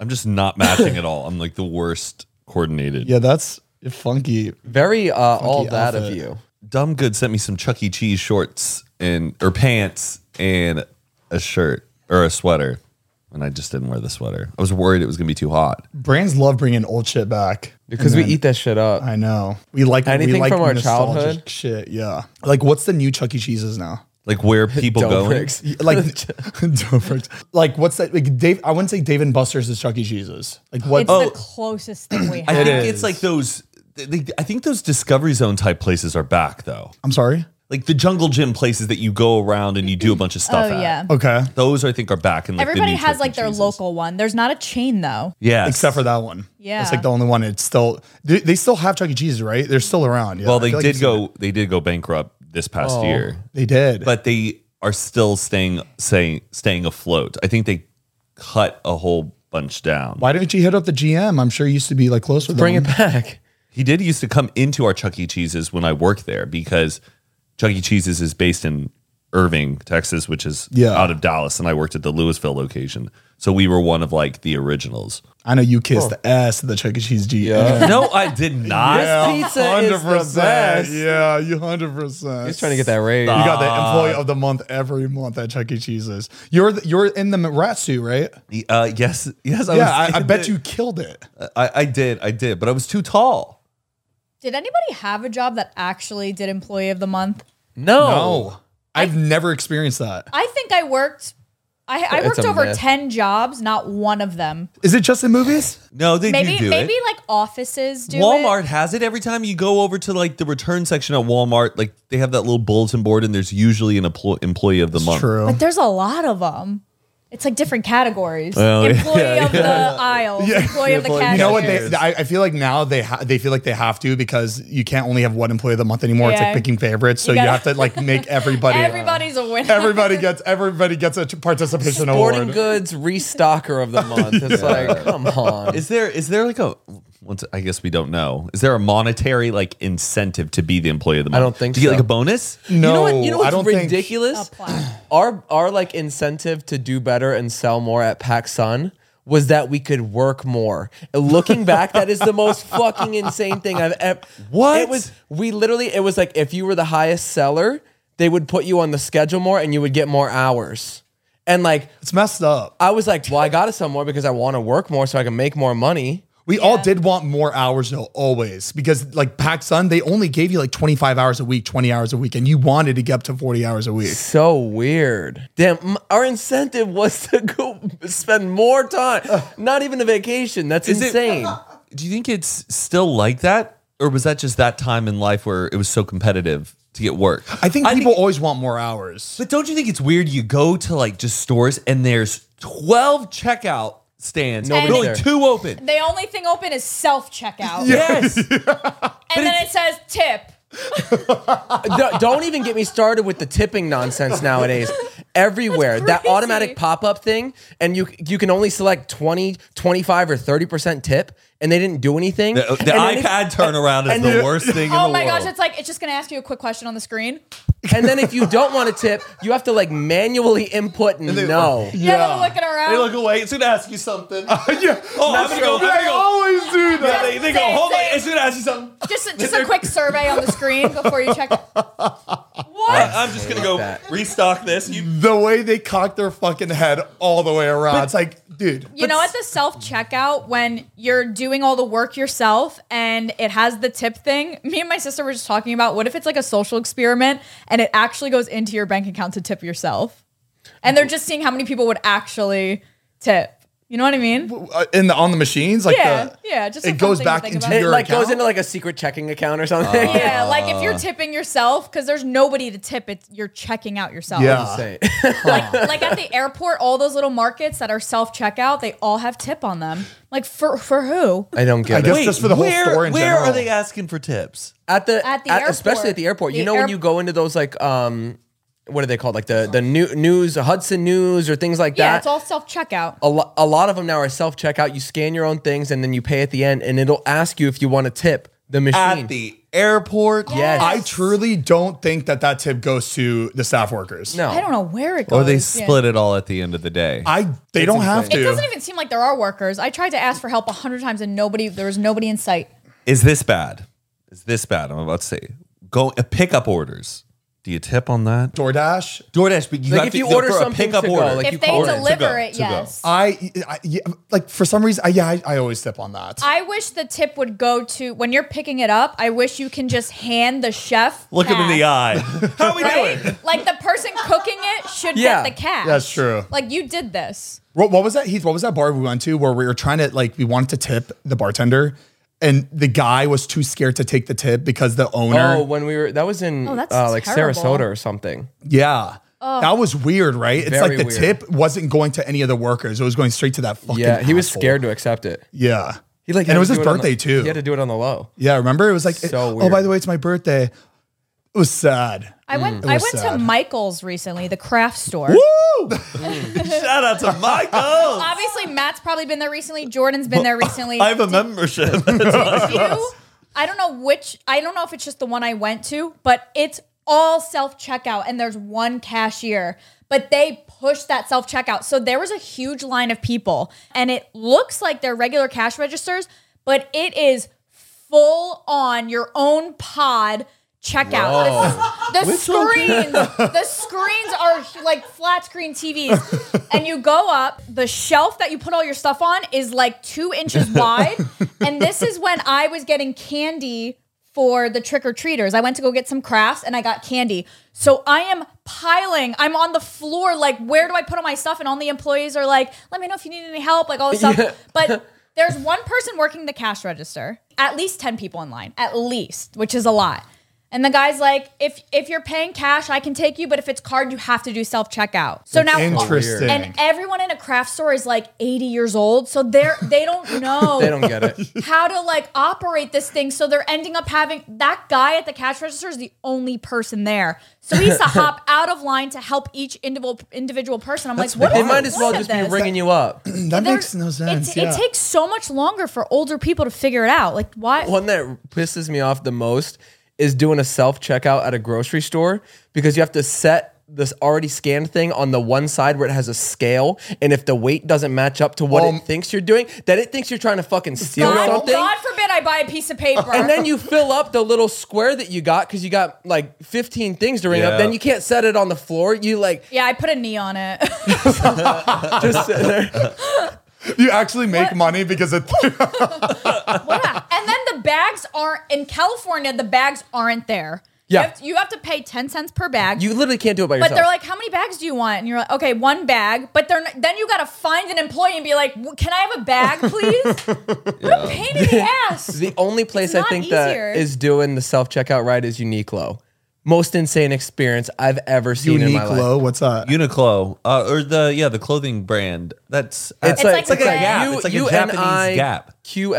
I'm just not matching at all. I'm like the worst coordinated. Yeah, that's funky. Very uh, all that of outfit. you. Dumb Good sent me some Chuck E. Cheese shorts and or pants and a shirt or a sweater, and I just didn't wear the sweater. I was worried it was gonna be too hot. Brands love bringing old shit back Because And we then- eat that shit up. I know. We like we Anything like from our nostalgic childhood? Shit, yeah. Like, what's the new Chuck E. Cheese's now? Like where people Dumb going? pricks. Like, Dover's. like what's that? Like, Dave. I wouldn't say Dave and Buster's is Chuck E. Cheese's. Like, what? Oh. It's the closest thing we I have. think It it's is. like those. they- they- I think those Discovery Zone type places are back though. I'm sorry. Like the Jungle Gym places that you go around and you do a bunch of stuff. Oh at. yeah. Okay. Those I think are back. In like Everybody the new Chuck has E. like their Cheeses. local one. There's not a chain though. Yes. Except for that one. Yeah. It's like the only one. It's still, they, they still have Chuck E. Cheese's, right? They're still around. Yeah, Well, I they feel like I've did seen go. it. They did go bankrupt this past Oh. year, They did. but they are still staying saying staying afloat. I think they cut a whole bunch down. why didn't you hit up the GM? I'm sure you used to be like close with Bring them. it back. He did used to come into our Chuck E. Cheese's when I worked there because Chuck E. Cheese's is based in Irving, Texas, which is Yeah. out of Dallas, and I worked at the Louisville location. So we were one of like the originals. I know you kissed the ass of the Chuck E. Cheese GM. no, I did not. This pizza is the best. Yeah, you hundred percent. He's trying to get that raise. You got the employee of the month every month at Chuck E. Cheese's. You're the, you're in the rat suit, right? Uh, yes, yes. Oh, I yeah, was I, I in bet it. you killed it. I, I did, I did, but I was too tall. Did anybody have a job that actually did employee of the month? No. No, I've never experienced that. I think I worked. I, I It's a worked over myth. ten jobs, not one of them. Is it just in movies? No, they Maybe do do maybe it. like offices do Walmart it. has it every time you go over to like the return section at Walmart. Like they have that little bulletin board, and there's usually an emplo- employee of the month. True. But there's a lot of them. It's like different categories. Well, employee yeah, of the aisles. Employee of the Employee- cashiers. You know what? They, Cashiers. I, I feel like now they ha- they feel like they have to because you can't only have one employee of the month anymore. It's Yeah. like picking favorites, so you, gotta- have to like make everybody. Everybody's a winner. everybody gets everybody gets a t- participation Sporting award. goods restocker of the month. It's like, come on. Is there is there like a once I guess we don't know. Is there a monetary like incentive to be the employee of the month? I don't think Do you get so. like a bonus? No, you know what? You know I what's don't think- ridiculous? Apply. our our like incentive to do better and sell more at PacSun was that we could work more. And Looking back, that is the most fucking insane thing I've ever. What? it was? We literally it was like if you were the highest seller, they would put you on the schedule more and you would get more hours. And like It's messed up. I was like, well, I gotta sell more because I want to work more so I can make more money. We all did want more hours though, always, because like PacSun, they only gave you like 25 hours a week, 20 hours a week, and you wanted to get up to 40 hours a week. So weird. Damn, m- our incentive was to go spend more time. Not even a vacation. That's Is it- insane. Do you think it's still like that, or was that just that time in life where it was so competitive to get work? I think people always want more hours. But don't you think it's weird? You go to like just stores and there's 12 checkout stands, Nobody's really there. two open. The only thing open is self checkout. Yes. and then it says tip. Don't- don't even get me started with the tipping nonsense nowadays. Everywhere. That crazy. automatic pop-up thing and you you can only select 20, 25 or 30% tip and they didn't do anything. The, the and then if- iPad turnaround is and the then- worst thing in Oh the my world. gosh, it's like it's just gonna ask you a quick question on the screen. and then if you don't want to tip, you have to like manually input no. Yeah, yeah looking around. they look away. It's gonna ask you something. yeah. Oh, I'm gonna go. I'm gonna They go. always do that. Yeah, they, they go. Same, Hold on. same. It's gonna ask you something. just a, just a quick survey on the screen before you check. What? I'm just gonna go that. restock this. You, The way they cock their fucking head all the way around. it's like, dude. You know, at the self checkout when you're doing all the work yourself and it has the tip thing. Me and my sister were just talking about what if it's like a social experiment and it actually goes into your bank account to tip yourself, and they're just seeing how many people would actually tip. You You know what I mean? uh, in the on the machines, like Yeah, the, yeah, just a it fun goes thing to back think into about. It your like account. goes into like a secret checking account or something. Uh, yeah, like if you're tipping yourself, because there's nobody to tip, it's you're checking out yourself. Yeah. Insane. like like at the airport, all those little markets that are self checkout, they all have tip on them. Like for for who? I don't get I it. guess just for the whole where, store in where general. are they asking for tips? at the, At the especially airport. at the airport. you The know when air- you go into those like um what are they called like the the new news Hudson News or things like Yeah, that. it's all self checkout. a, lo- a lot of them now are self checkout. You scan your own things and then you pay at the end, and it'll ask you if you want to tip the machine. At the airport? yes. I truly don't think that that tip goes to the staff workers. no. I don't know where it goes. Or they Yeah. split it all at the end of the day. I they don't have It to. doesn't even seem like there are workers. I tried to ask for help a hundred times and nobody. There was nobody in sight. Is this bad? Is this bad? I'm about to say. Go uh, pickup orders. Do you tip on that? DoorDash. DoorDash, but you Like, have if to you go order for a something pickup to go, order. like, you if they call it to deliver go, it, to go. yes. I, I yeah, like for some reason I, yeah I, I always tip on that. I wish the tip would go to when you're picking it up. I wish you can just hand the chef. Look him in the cash, eye. How we doing? right? Like the person cooking it should Yeah. get the cash. That's true. Like you did this. What, what was that Heath? What was that bar we went to where we were trying to like we wanted to tip the bartender and the guy was too scared to take the tip because the owner Oh, when we were that was in Oh, that's uh, like terrible. Sarasota or something. Yeah. Oh. That was weird, right? It's Very like the weird. tip wasn't going to any of the workers. It was going straight to that fucking Yeah, he was asshole. scared to accept it. Yeah. He like and had it was to his do on birthday the- too. He had to do it on the low. yeah, remember? It was like, So oh, weird. by the way, it's my birthday. It was sad. Mm. I went. I was went to sad. Michael's recently, the craft store. Woo! Shout out to Michael. Obviously, Matt's probably been there recently. Jordan's been there recently. I have a membership. you. I don't know which. I don't know if it's just the one I went to, but it's all self checkout, and there's one cashier. But they push that self checkout, so there was a huge line of people, and it looks like they're regular cash registers, but it is full on your own pod checkout. The, the screens, the screens are hu- like flat screen TVs, and you go up. The shelf that you put all your stuff on is like two inches wide, and this is when I was getting candy for the trick or treaters. I went to go get some crafts, and I got candy. So I am piling. I'm on the floor. Like, where do I put all my stuff? And all the employees are like, "Let me know if you need any help." Like all this stuff, but. There's one person working the cash register. At least 10 people in line, at least, which is a lot. And the guy's like, if if you're paying cash, I can take you, but if it's card, you have to do self checkout. So now Interesting. And everyone in a craft store is like 80 years old, so they're they don't know They don't get it. how to like operate this thing. So they're ending up having that guy at the cash register is the only person there. So he has to hop out of line to help each individual individual person. I'm like, what? They is the might as well point just of be this? ringing you up. that There- makes no it- sense. It, yeah. takes so much longer for older people to figure it out. Like why? One that pisses me off the most is doing a self checkout at a grocery store because you have to set this already scanned thing on the one side where it has a scale, and if the weight doesn't match up to what Um, it thinks you're doing, that it thinks you're trying to fucking steal God, something. God forbid I buy a piece of paper. and then you fill up the little square that you got because you got like 15 things to ring Yeah. up. Then you can't set it on the floor. You like yeah, I put a knee on it. just sit there. you actually make money because it. Yeah. And then the bags aren't in California. The bags aren't there. Yeah. you have, to, you have to pay ten cents per bag. You literally can't do it by but yourself. they're like, how many bags do you want? And you're like, okay, one bag. But they're not, then you got to find an employee and be like, "W- can I have a bag, please? What a pain in the ass. the only place I not think that easier. is doing the self checkout right is Uniqlo. Most insane experience I've ever seen in my Unique life. low. What's that? Uniqlo, uh, or the yeah, the clothing brand. That's Uh, It's, It's like, like it's like a red. Gap. U- It's like a UNI Japanese Gap. QLO,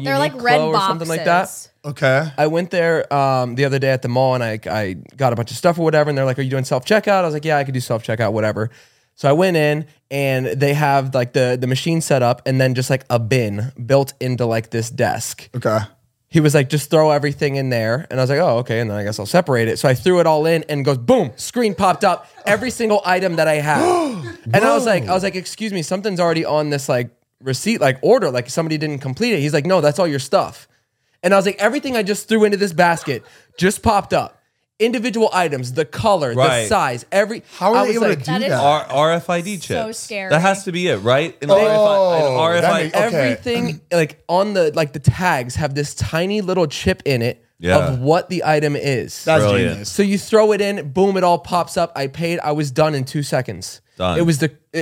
Uniqlo, They're like red or boxes. something like that. okay. I went there um, the other day at the mall and I, I got a bunch of stuff or whatever. And they're like, Are you doing self checkout? I was like, Yeah, I could do self checkout, whatever. So I went in and they have like the, the machine set up and then just like a bin built into like this desk. Okay. He was like, Just throw everything in there. And I was like, Oh, okay. And then I guess I'll separate it. So I threw it all in and goes, Boom, screen popped up every single item that I had. and I was like, I was like, Excuse me, something's already on this like receipt, like order, like somebody didn't complete it. He's like, No, that's all your stuff. And I was like, everything I just threw into this basket just popped up. Individual items, the color, the Right. size, every. How I are was they able like, to do that that? is- R- RFID chips. scary. That has to be it, right? An Oh, RFID, an that RFID makes- Okay. Everything like on the like the tags have this tiny little chip in it Yeah. of what the item is. That's Brilliant. genius. so you throw it in, boom, it all pops up. I paid. I was done in two seconds. Done. It was the uh,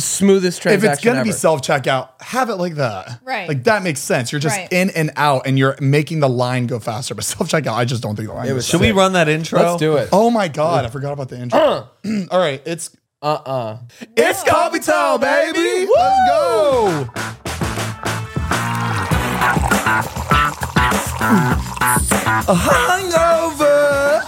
smoothest If transaction it's gonna be ever. self checkout, have it like that. Right. Like that makes sense. You're just Right. in and out, and you're making the line go faster. But self checkout, I just don't think the line. goes was- Should we run that intro? Let's do it. Oh my god, I forgot about the intro. Uh. All right, it's Uh-uh. It's coffee time, baby. Let's go. Hungover.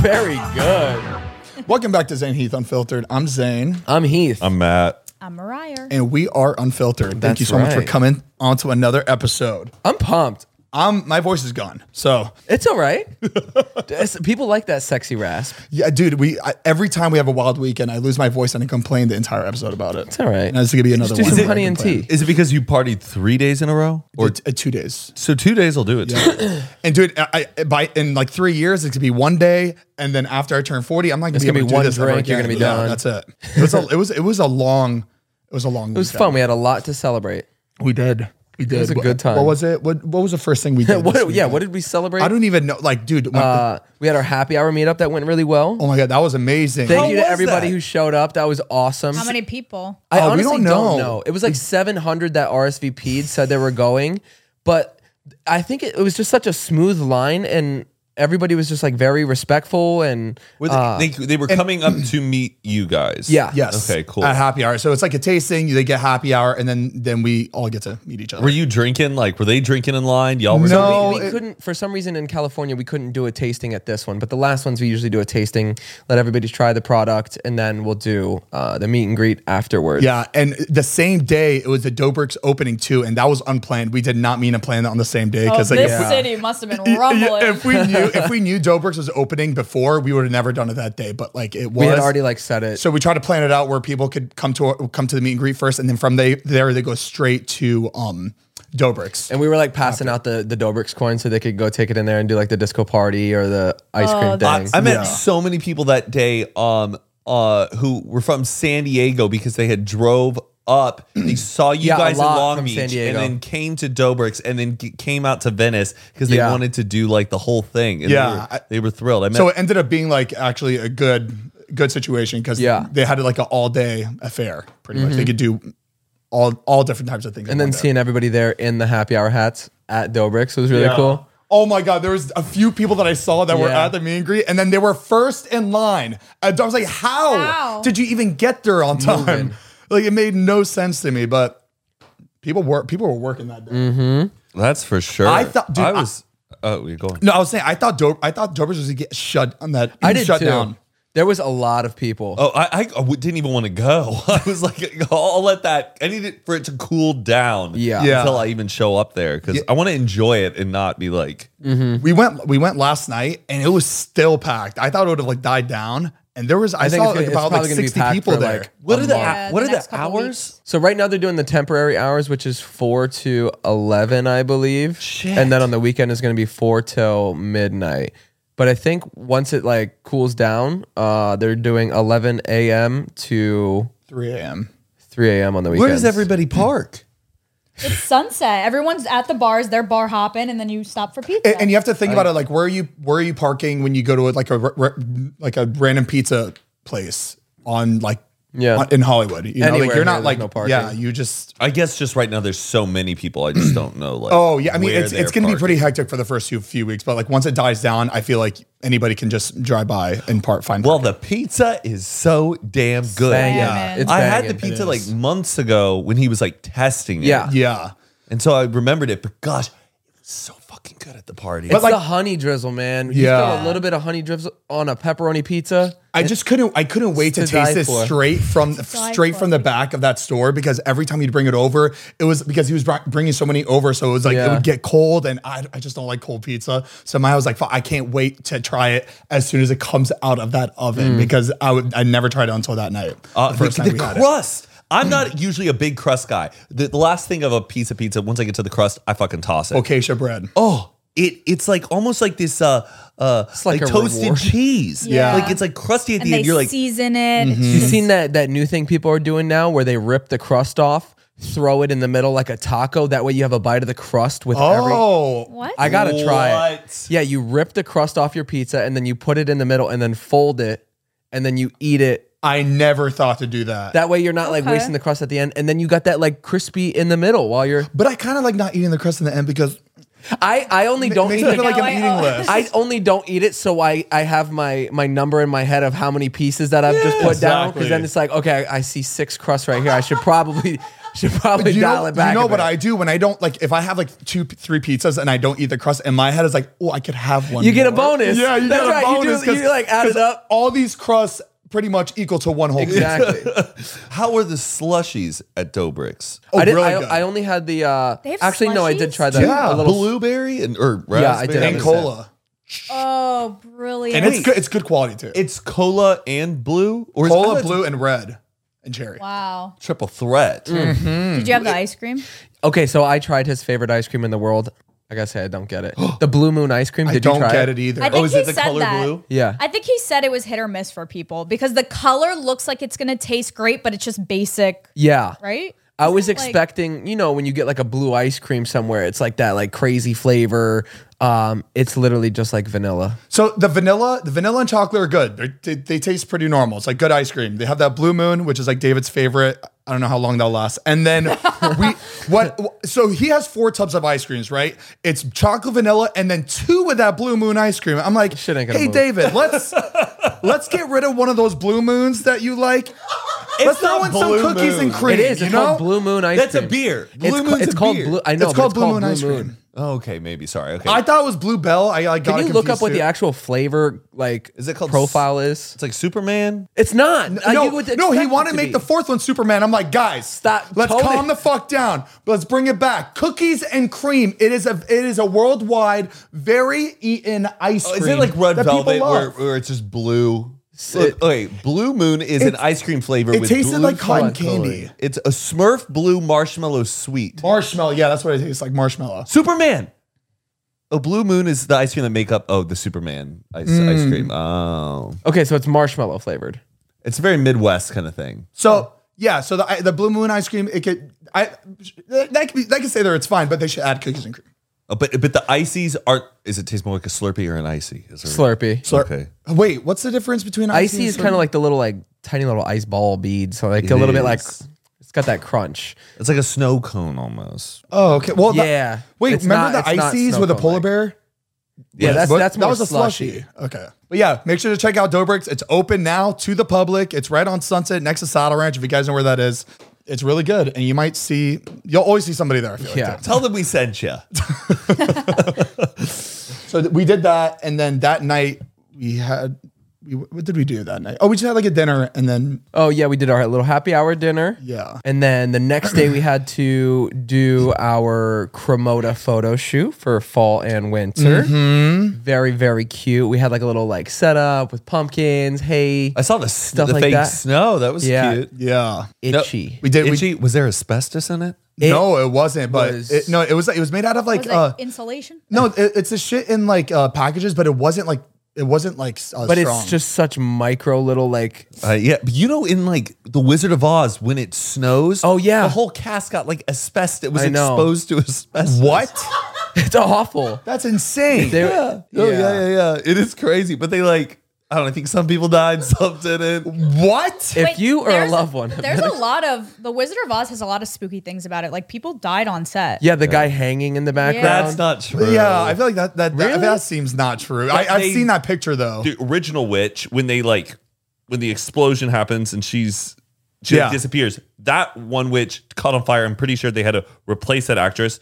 Very good. Welcome back to Zane Heath Unfiltered. I'm Zane, I'm Heath. I'm Matt. I'm Mariah. and we are unfiltered. Thank That's you so much for right. coming onto another episode. I'm pumped. Um, my voice is gone, so It's all right. It's- People like that sexy rasp. yeah, dude. We I, every time we have a wild weekend, I lose my voice and I complain the entire episode about it. It's all right. And that's gonna be another Just do one. some where I honey and complain. tea. Is it because you partied three days in a row? Or Or t- uh, two days. so two days will do it. to you. And dude, I, I by in like three years, it's gonna be one day, and then after I turn forty, I'm not gonna It's be gonna able be to one do this ever drink, you're again. gonna be Yeah, done. That's it. It was a, it was it was a long it was a long. It was fun. We had a lot to celebrate. We did. We did. It was a good time. What was it? What What was the first thing we did? this What, yeah, weekend? what did we celebrate? I don't even know. Like, dude. when- uh, we had our happy hour meetup that went really well. oh my god, that was amazing. Thank you to was everybody that? who showed up. That was awesome. How many people? I Oh, we honestly don't don't know. know. It was like 700 that RSVP'd said they were going, but I think it, it was just such a smooth line and everybody was just like very respectful and uh, Were they, they, they were coming up to meet you guys. Yeah. Yes. Okay, cool. At happy hour, so it's like a tasting. They get happy hour, and then then we all get to meet each other. Were you drinking? Like, were they drinking in line? Y'all were No. we, we it- couldn't for some reason in California we couldn't do a tasting at this one, but the last ones we usually do a tasting, let everybody try the product and then we'll do uh, the meet and greet afterwards. Yeah, and the same day it was the Dobrik's opening too, and that was unplanned. We did not mean to plan that on the same day Oh, because this like, city must have been Yeah, rumbling. If we knew if we knew Dobrik's was opening before, we would have never done it that day. But like it was. We had already like said it. so we tried to plan it out where people could come to come to the meet and greet first, and then from they, there they go straight to um Dobrik's. and we were like passing out the the Dobrik's coin so they could go take it in there and do like the disco party or the ice cream I, thing. I met so many people that day um uh who were from San Diego because they had drove up. They saw you Yeah, a guys in lot Long from Beach San and Diego. then came to Dobrik's and then g- came out to Venice because they Yeah. wanted to do like the whole thing. And Yeah, they were, I- they were thrilled. I met So it ended up being like actually a good good situation because Yeah. Mm-hmm. they had like an all day affair pretty much. They could do all all different types of things. and then seeing everybody there in the happy hour hats at Dobrik's was really cool. Oh my God, there was a few people that I saw that were Yeah. at the meet and greet, and then they were first in line. And I was like, how, How? did you even get there on time? Like it made no sense to me, but people were people were working that day. Mm-hmm. That's for sure. I thought- dude, I I- was. oh, you're going. No, I was saying I thought Do- I thought Dobr's was gonna get shut on that. I did shut too. down. There was a lot of people. Oh, I, I w- didn't even want to go. I was like, I'll let that. I needed for it to cool down. Yeah. Yeah. Until I even show up there because I want to enjoy it and not be like. We went we went last night and it was still packed. I thought it would have like died down, and there was I, think saw it's like gonna- it's about like probably gonna be sixty packed people for, there. like, What are the Yeah, what the are next the couple hours? weeks. So right now they're doing the temporary hours, which is four to eleven, I believe. Shit. And then on the weekend is going to be four till midnight. But I think once it like cools down, uh, they're doing eleven a.m. to Three a.m. three a.m. on the weekend. Where does everybody park? It's sunset. Everyone's at the bars. They're bar hopping, and then you stop for pizza. And, and you have to think about it like where are you where are you parking when you go to like a r- r- like a random pizza place on like Yeah. on- in Hollywood. You know, Anywhere like you're not here, like there's no parking. yeah, you just I guess just right now there's so many people. I just don't know. Like, oh yeah. I mean, where it's it's they're gonna be pretty parking. hectic for the first few few weeks, but like once it dies down, I feel like anybody can just drive by and part find. Well, parking. the pizza is so damn good. Banging. Yeah. It's I banging. had the pizza like months ago when he was like testing it. Yeah. yeah, And so I remembered it, but gosh, it was so fucking good at the party. It's like- the honey drizzle, man. Yeah. You throw a little bit of honey drizzle on a pepperoni pizza. I just couldn't. I couldn't wait to to die taste this for. straight from straight from the back of that store because every time he'd bring it over, it was because he was br- bringing so many over, so it was like it Yeah. would get cold, and I, I just don't like cold pizza. So my I was like, "Fuck, I can't wait to try it as soon as it comes out of that oven Mm. because I would I never tried it until that night. Uh, the the, first the time we had it. crust. I'm not usually a big crust guy. The, the last thing of a piece of pizza, once I get to the crust, I fucking toss it. Acacia bread. Oh, it it's like almost like this uh uh like like, a toasted reward. cheese. Yeah. Like it's like crusty at and the they end. You're like season it. It's Hmm. You seen that that new thing people are doing now where they rip the crust off, throw it in the middle like a taco. That way you have a bite of the crust with every Oh, What? I gotta try it. What? Yeah, you rip the crust off your pizza and then you put it in the middle and then fold it and then you eat it I never thought to do that. That way you're not like wasting the crust at the end, and then you got that like crispy in the middle while you're. but I kind of like not eating the crust in the end because I I only it don't makes eat me it. feel like No, I'm I- eating less. I only don't eat it, so I I have my my number in my head of how many pieces that I've just put down because then exactly. it's like okay, I, I see six crusts right here. I should probably should probably you dial know, it back. you a know what bit. I do when I don't like if I have like two, three pizzas and I don't eat the crust, in my head is like, oh, I could have one. You get a more. bonus. Yeah, you That's get a right, you do- bonus. 'cause- you, like, uh, add it 'cause up. All these crusts pretty much equal to one whole. pizza. exactly. How were the slushies at Dobrik's? Oh, I did. really I, good. I only had the. uh They have Actually, no, I did slushies? try the Yeah. a little. blueberry and or raspberry. Yeah, I did have and a cola, Oh, brilliant. and it's good. It's good quality too. It's cola and blue, or is- I thought cola, it's blue, and red, and cherry. wow. triple threat. Mm, Did you have the ice cream? Okay, so I tried his favorite ice cream in the world. I gotta say, I don't get it. the Blue Moon ice cream. Did I don't you try get "Oh, it either. I think is he it the said color that. blue? Yeah. I think he said it was hit or miss for people because the color looks like it's going to taste great, but it's just basic, Yeah. right? I was Isn't it, like- expecting, you know, when you get like a blue ice cream somewhere, it's like that like crazy flavor. Um, it's literally just like vanilla. So the vanilla, the vanilla and chocolate are good. They're, they they taste pretty normal. It's like good ice cream. They have that blue moon, which is like David's favorite. I don't know how long that'll last. And then we what? So he has four tubs of ice creams, right? It's chocolate, vanilla, and then two of that blue moon ice cream. I'm like, Shit ain't gonna hey move." David, let's let's get rid of one of those blue moons that you like. let's throw not in some Blue cookies Moon. and cream. It is. You It's know? called Blue Moon ice That's a cream. beer. Blue it's ca- Moon's it's a called beer. Oh, blue. I know. It's but called Blue Moon Blue ice cream. Moon. Okay, maybe. Sorry. Okay, I thought it was blue bell. I, I got Can it you look up confused what the too. actual flavor like? Is it called profile? Is it's like Superman. it's not. Uh, you No, would no, he expect it wanted to to make be. the fourth one Superman. I'm like, guys, Stop. Let's Tone calm it. the fuck down. Let's bring it back. Cookies and cream. It is a it is a worldwide very eaten Oh, ice cream. Is it like red that people velvet where, love. where it's just blue? Look, okay, Blue Moon is an It's- ice cream flavor. it with tasted blue like cotton filling. candy. It's a Smurf blue marshmallow sweet. Marshmallow. Yeah, that's what it tastes like. Marshmallow. Superman. Oh, Blue Moon is the ice cream that make up. Oh, the Superman ice ice Mm. cream. Oh, Okay, so it's marshmallow flavored. it's a very Midwest kind of thing. So yeah, so the the blue moon ice cream. It could I that could be they could say there it's fine, but they should add cookies and cream. Oh, but but the icies aren't. Is it taste more like a Slurpee or an icy? Is there- Slurpee. So- Okay. Wait, what's the difference between icy, Icy is and kind of like the little like tiny little ice ball bead. So like It a little bit like is. it's got that crunch. It's like a snow cone almost. Oh, okay. Well, the- Yeah. wait, It's remember not- the it's not ices snow with a cone polar like. bear? Yeah, that's But that's that more was a slushy. Okay, but yeah, make sure to check out Dobrik's. It's open now to the public. It's right on Sunset next to Saddle Ranch. If you guys know where that is, it's really good, and you might see you'll always see somebody there. I feel Yeah. like too. Tell them we sent you. so th- we did that, and then that night we had we what did we do that night? Oh, we just had like a dinner, and then Oh yeah, we did our little happy hour dinner. Yeah. And then the next day we had to do our Cremota photo shoot for fall and winter. Mm-hmm. Very very cute. We had like a little like setup with pumpkins, hay, I saw the stuff the like fake that. snow. That was Yeah. cute. yeah, itchy. we did. we- Itchy. was there asbestos in it? no, it wasn't, but was- it, no, it was it was made out of like Was it uh, insulation? no, it, it's a shit in like uh packages, but it wasn't like it wasn't like uh, but strong. it's just such micro little like Uh, yeah, but you know, in like the Wizard of Oz, when it snows, Oh, yeah. the whole cast got like asbestos. It was I know. exposed to asbestos. what? it's awful. That's insane. They- Oh yeah. yeah, yeah, It is crazy, but they like I don't. know, I think some people died, some didn't. what? If Wait, you or a there's- loved one, There's a lot of The Wizard of Oz has a lot of spooky things about it. Like people died on set. yeah, the guy hanging in the background. That's not true. Yeah, I feel like that that that, Really? that seems not true. I, I've they- seen that picture though. the original witch when they like when the explosion happens and she's she like, Yeah. disappears. That one witch caught on fire. I'm pretty sure they had to replace that actress.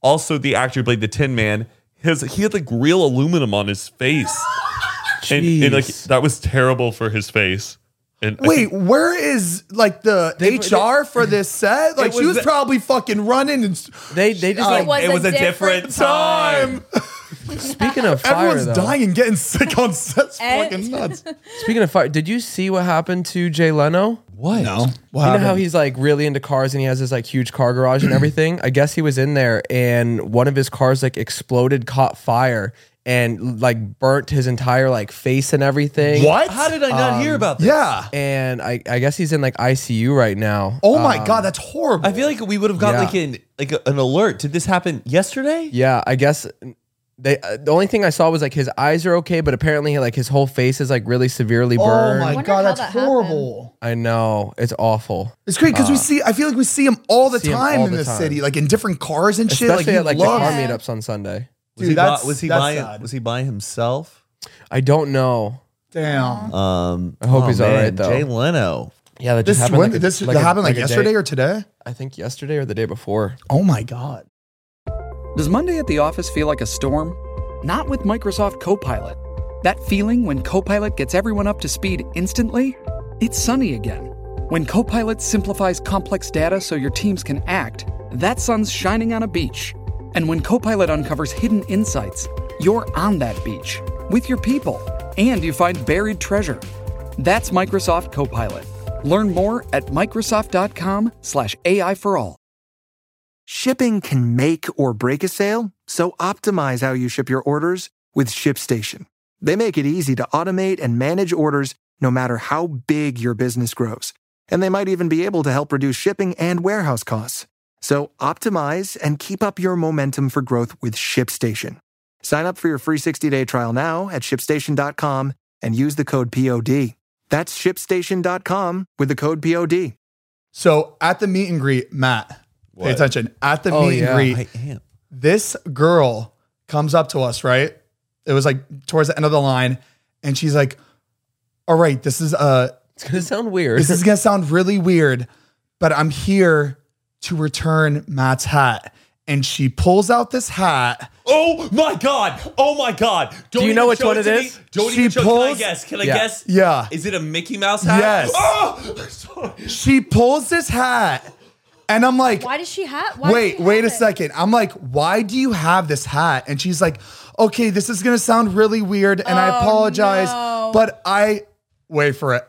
Also, the actor who played the Tin Man. His he had like real aluminum on his face, and, and, like Jeez. that was terrible for his face. And I Wait, think- where is like the HR for this set? Like she was was the- probably fucking running and s- they they just It like was, it was a different time. speaking of fire everyone's though, dying, getting sick on sets. And- fucking nuts. Speaking of fire, did you see what happened to Jay Leno? What? No, what You know happened? how he's like really into cars and he has this like huge car garage and everything? I guess he was in there and one of his cars like exploded, caught fire, and like burnt his entire like face and everything. what? How did I not Um, hear about this? yeah. And I, I guess he's in like ICU right now. Uh, Oh my god, that's horrible. I feel like we would have got Yeah. like an like a, an alert. Did this happen yesterday? Yeah, I guess They uh, the only thing I saw was like his eyes are okay, but apparently like his whole face is like really severely Oh burned. my Wonder god, how that's that horrible. I know it's awful, It's great because we see. I feel like we see him all the Uh, See 'em time all in the this time. city, like in different cars and shit. especially Like, he at like loves- the car Yeah. meetups on Sunday. Was Dude, he, by, that's- was, he that's by, sad. was he by himself? I don't know. Damn, Um, I hope he's all right, though. Jay Leno. Yeah, that this just happened. when, like a- this like that a- happened like, a day- yesterday or today. I think yesterday or the day before. Oh my god. Does Monday at the office feel like a storm? Not with Microsoft Copilot. That feeling when Copilot gets everyone up to speed instantly? It's sunny again. When Copilot simplifies complex data so your teams can act, that sun's shining on a beach. And when Copilot uncovers hidden insights, you're on that beach with your people and you find buried treasure. That's Microsoft Copilot. Learn more at Microsoft.com/slash AI for all. Shipping can make or break a sale, so optimize how you ship your orders with ShipStation. They make it easy to automate and manage orders no matter how big your business grows. And they might even be able to help reduce shipping and warehouse costs. So optimize and keep up your momentum for growth with ShipStation. Sign up for your free 60 day trial now at shipstation.com and use the code POD. That's shipstation.com with the code POD. So at the meet and greet, Matt, pay What? attention. At the Oh, meet yeah. and greet, I am. this girl comes up to us, right? It was like towards the end of the line, and she's like, "All right, this is uh, It's gonna sound weird. this is gonna sound really weird, but I'm here to return Matt's hat." And she pulls out this hat. Oh my god! Oh my god! Don't Do you even know which show one it it to me. is? Don't She even show Can pulls- I guess? Can I Yeah. guess? Yeah. Is it a Mickey Mouse hat? Yes. Oh, I'm sorry. She pulls this hat, and I'm like, Why does she have? wait, wait a second. I'm like, why do you have this hat? And she's like, okay, this is gonna sound really weird, and Oh, I apologize, but I wait for it.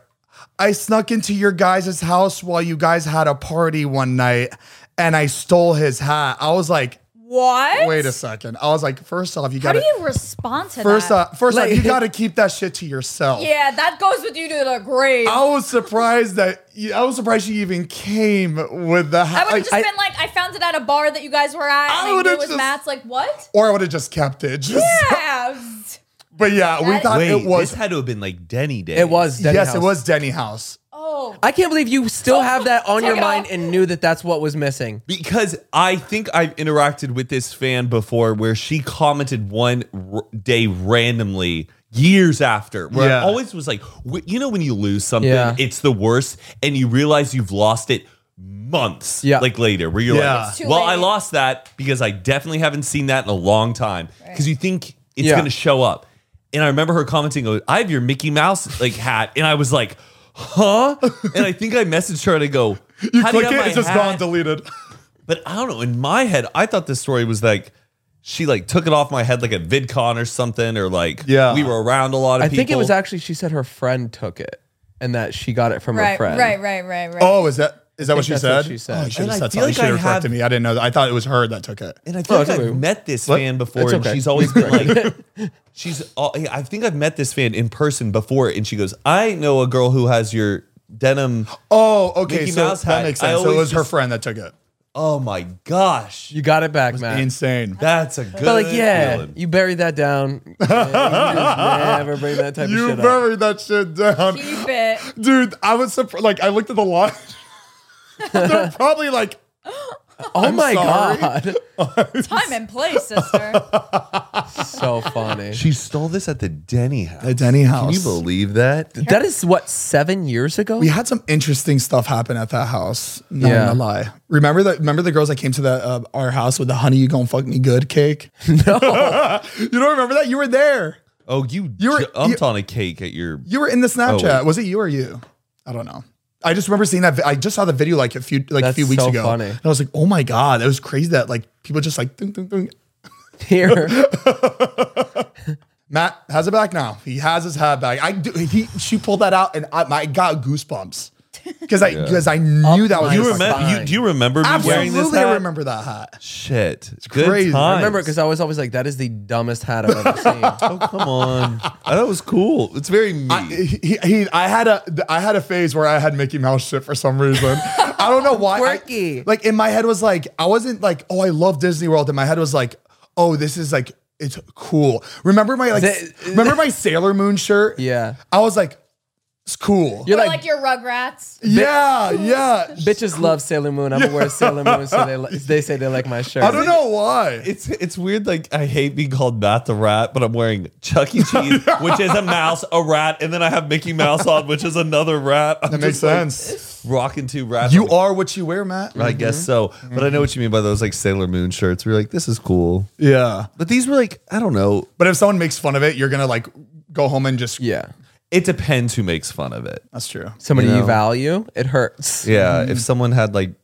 I snuck into your guys' house while you guys had a party one night, and I stole his hat. I was like, What? wait a second. I was like, first off, you got How do to you respond to first uh, that? off, first off, Like- you got to keep that shit to yourself. yeah, that goes with you to the grave. I was surprised that you, I was surprised you even came with the I hat. would have just Like, been like, I found it at a bar that you guys were at. I And I, knew would've it was just- Matt's. Like, what? or I would have just kept it. Just, Yeah. But yeah, we That- thought Wait, it was. this had to have been like Denny Day. it was Denny yes, it House. was Denny House. Oh, I can't believe you still have that on Take your it mind off. and knew that that's what was missing. because I think I've interacted with this fan before where she commented one r- day randomly years after where Yeah. I always was like w- you know when you lose something Yeah. it's the worst and you realize you've lost it months Yeah. like later where you're Yeah. It's like too well I late." lost that because I definitely haven't seen that in a long time because you think it's Yeah. going to show up and I remember her commenting oh, I have your Mickey Mouse like hat and I was like huh and I think I messaged her and I go You "How do click have it, my it's just hat?" gone deleted. But I don't know. In my head, I thought this story was like she like took it off my head like at VidCon or something, or like Yeah. we were around a lot of I people. think it was actually she said her friend took it and that she got it from her right, friend. right, right, right, right. Oh, is that is that what she that's said? what she said. Oh, you should And have I said feel something. like you should I have corrected have- me. I didn't know. That. I thought it was her that took it. And I feel Oh, like it's okay. I've met this What? fan before, It's and okay. she's always been like, she's. al- I think I've met this fan in person before, and she goes, "I know a girl who has your denim." Oh, okay. Mickey so Mouse that hat. makes I sense. So it always was her just- friend that took it. Oh my gosh, You got it back, Matt. Insane. that's a good. but like, yeah, feeling. you bury that down. Yeah, you just never bring that type of You shit up. buried that shit down, Keep it. dude. I was surprised. Like I looked at the line. They're probably like, Oh my sorry. god, Time and place, sister. so funny. she stole this at the Denny house. The Denny Can you house. believe that? That is what seven years ago. we had some interesting stuff happen at that house. Not Yeah. gonna lie. Remember that? Remember the girls that came to the uh, our house with the honey you gonna fuck me good cake? No, you don't remember that? You were there. Oh, you You were- jumped you- on a cake at your. You were in the Snapchat. wait. was it you or you? I don't know. I just remember seeing that. vi- I just saw the video like a few like a That's few weeks so ago, funny. and I was like, "Oh my god, that was crazy!" That like people just like, ding, ding, ding. Here, Matt has it back now. He has his hat back. I do, he she pulled that out, and I, my, I got goosebumps because I because I knew that was my his You It's fucking- remember? You, fine. do you remember me wearing this Absolutely, hat? I remember that hat. Shit. It's Good crazy. I I times. remember because I was always like, "That is the dumbest hat I've ever seen." Oh, come on. that was cool. It's very me. I, he, he, I had a, I had a phase where I had Mickey Mouse shit for some reason. I don't know why. I- Quirky. like in my head was like, I wasn't like, oh, I love Disney World. In my head was like, oh, this is like it's cool. Remember my like Th- remember my Sailor Moon shirt? Yeah. I was like, it's cool. You're Or like, like, your Rugrats. Yeah, yeah. bitches love Sailor Moon. I'm aware of Sailor Moon, so they li- they say they like my shirt. I don't know why. It's it's weird. Like I hate being called Matt the Rat, but I'm wearing Chuck E. Cheese, which is a mouse, a rat, and then I have Mickey Mouse on, which is another rat. I'm That makes just, like, sense. rocking two rats. You are what you wear, Matt. I guess so. But I know what you mean by those like Sailor Moon shirts. We're like, this is cool. Yeah. But these were like, I don't know. But if someone makes fun of it, you're gonna like go home and just Yeah. It depends who makes fun of it. That's true. Somebody you, know. value, it hurts. Yeah. Mm-hmm. If someone had like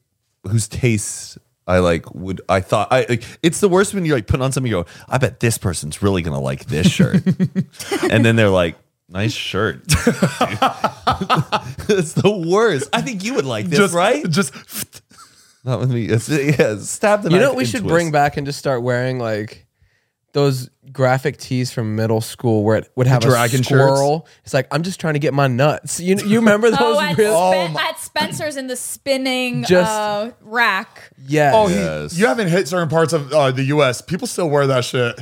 whose tastes I like would I thought I like, it's the worst when you're like putting on something you go, I bet this person's really gonna like this shirt. and then they're like, Nice shirt. it's the worst. I think you would like this, just right? Just Not with me. It's, yeah, stab the You knife know what we and should twist. bring back and just start wearing like those graphic tees from middle school where it would have The dragon a squirrel. It's like I'm just trying to get my nuts. You you remember those? Oh, at, really- Spen- at Spencer's in the spinning Just- uh, rack. yes. oh, he- Yes. you haven't hit certain parts of uh, the U.S. People still wear that shit.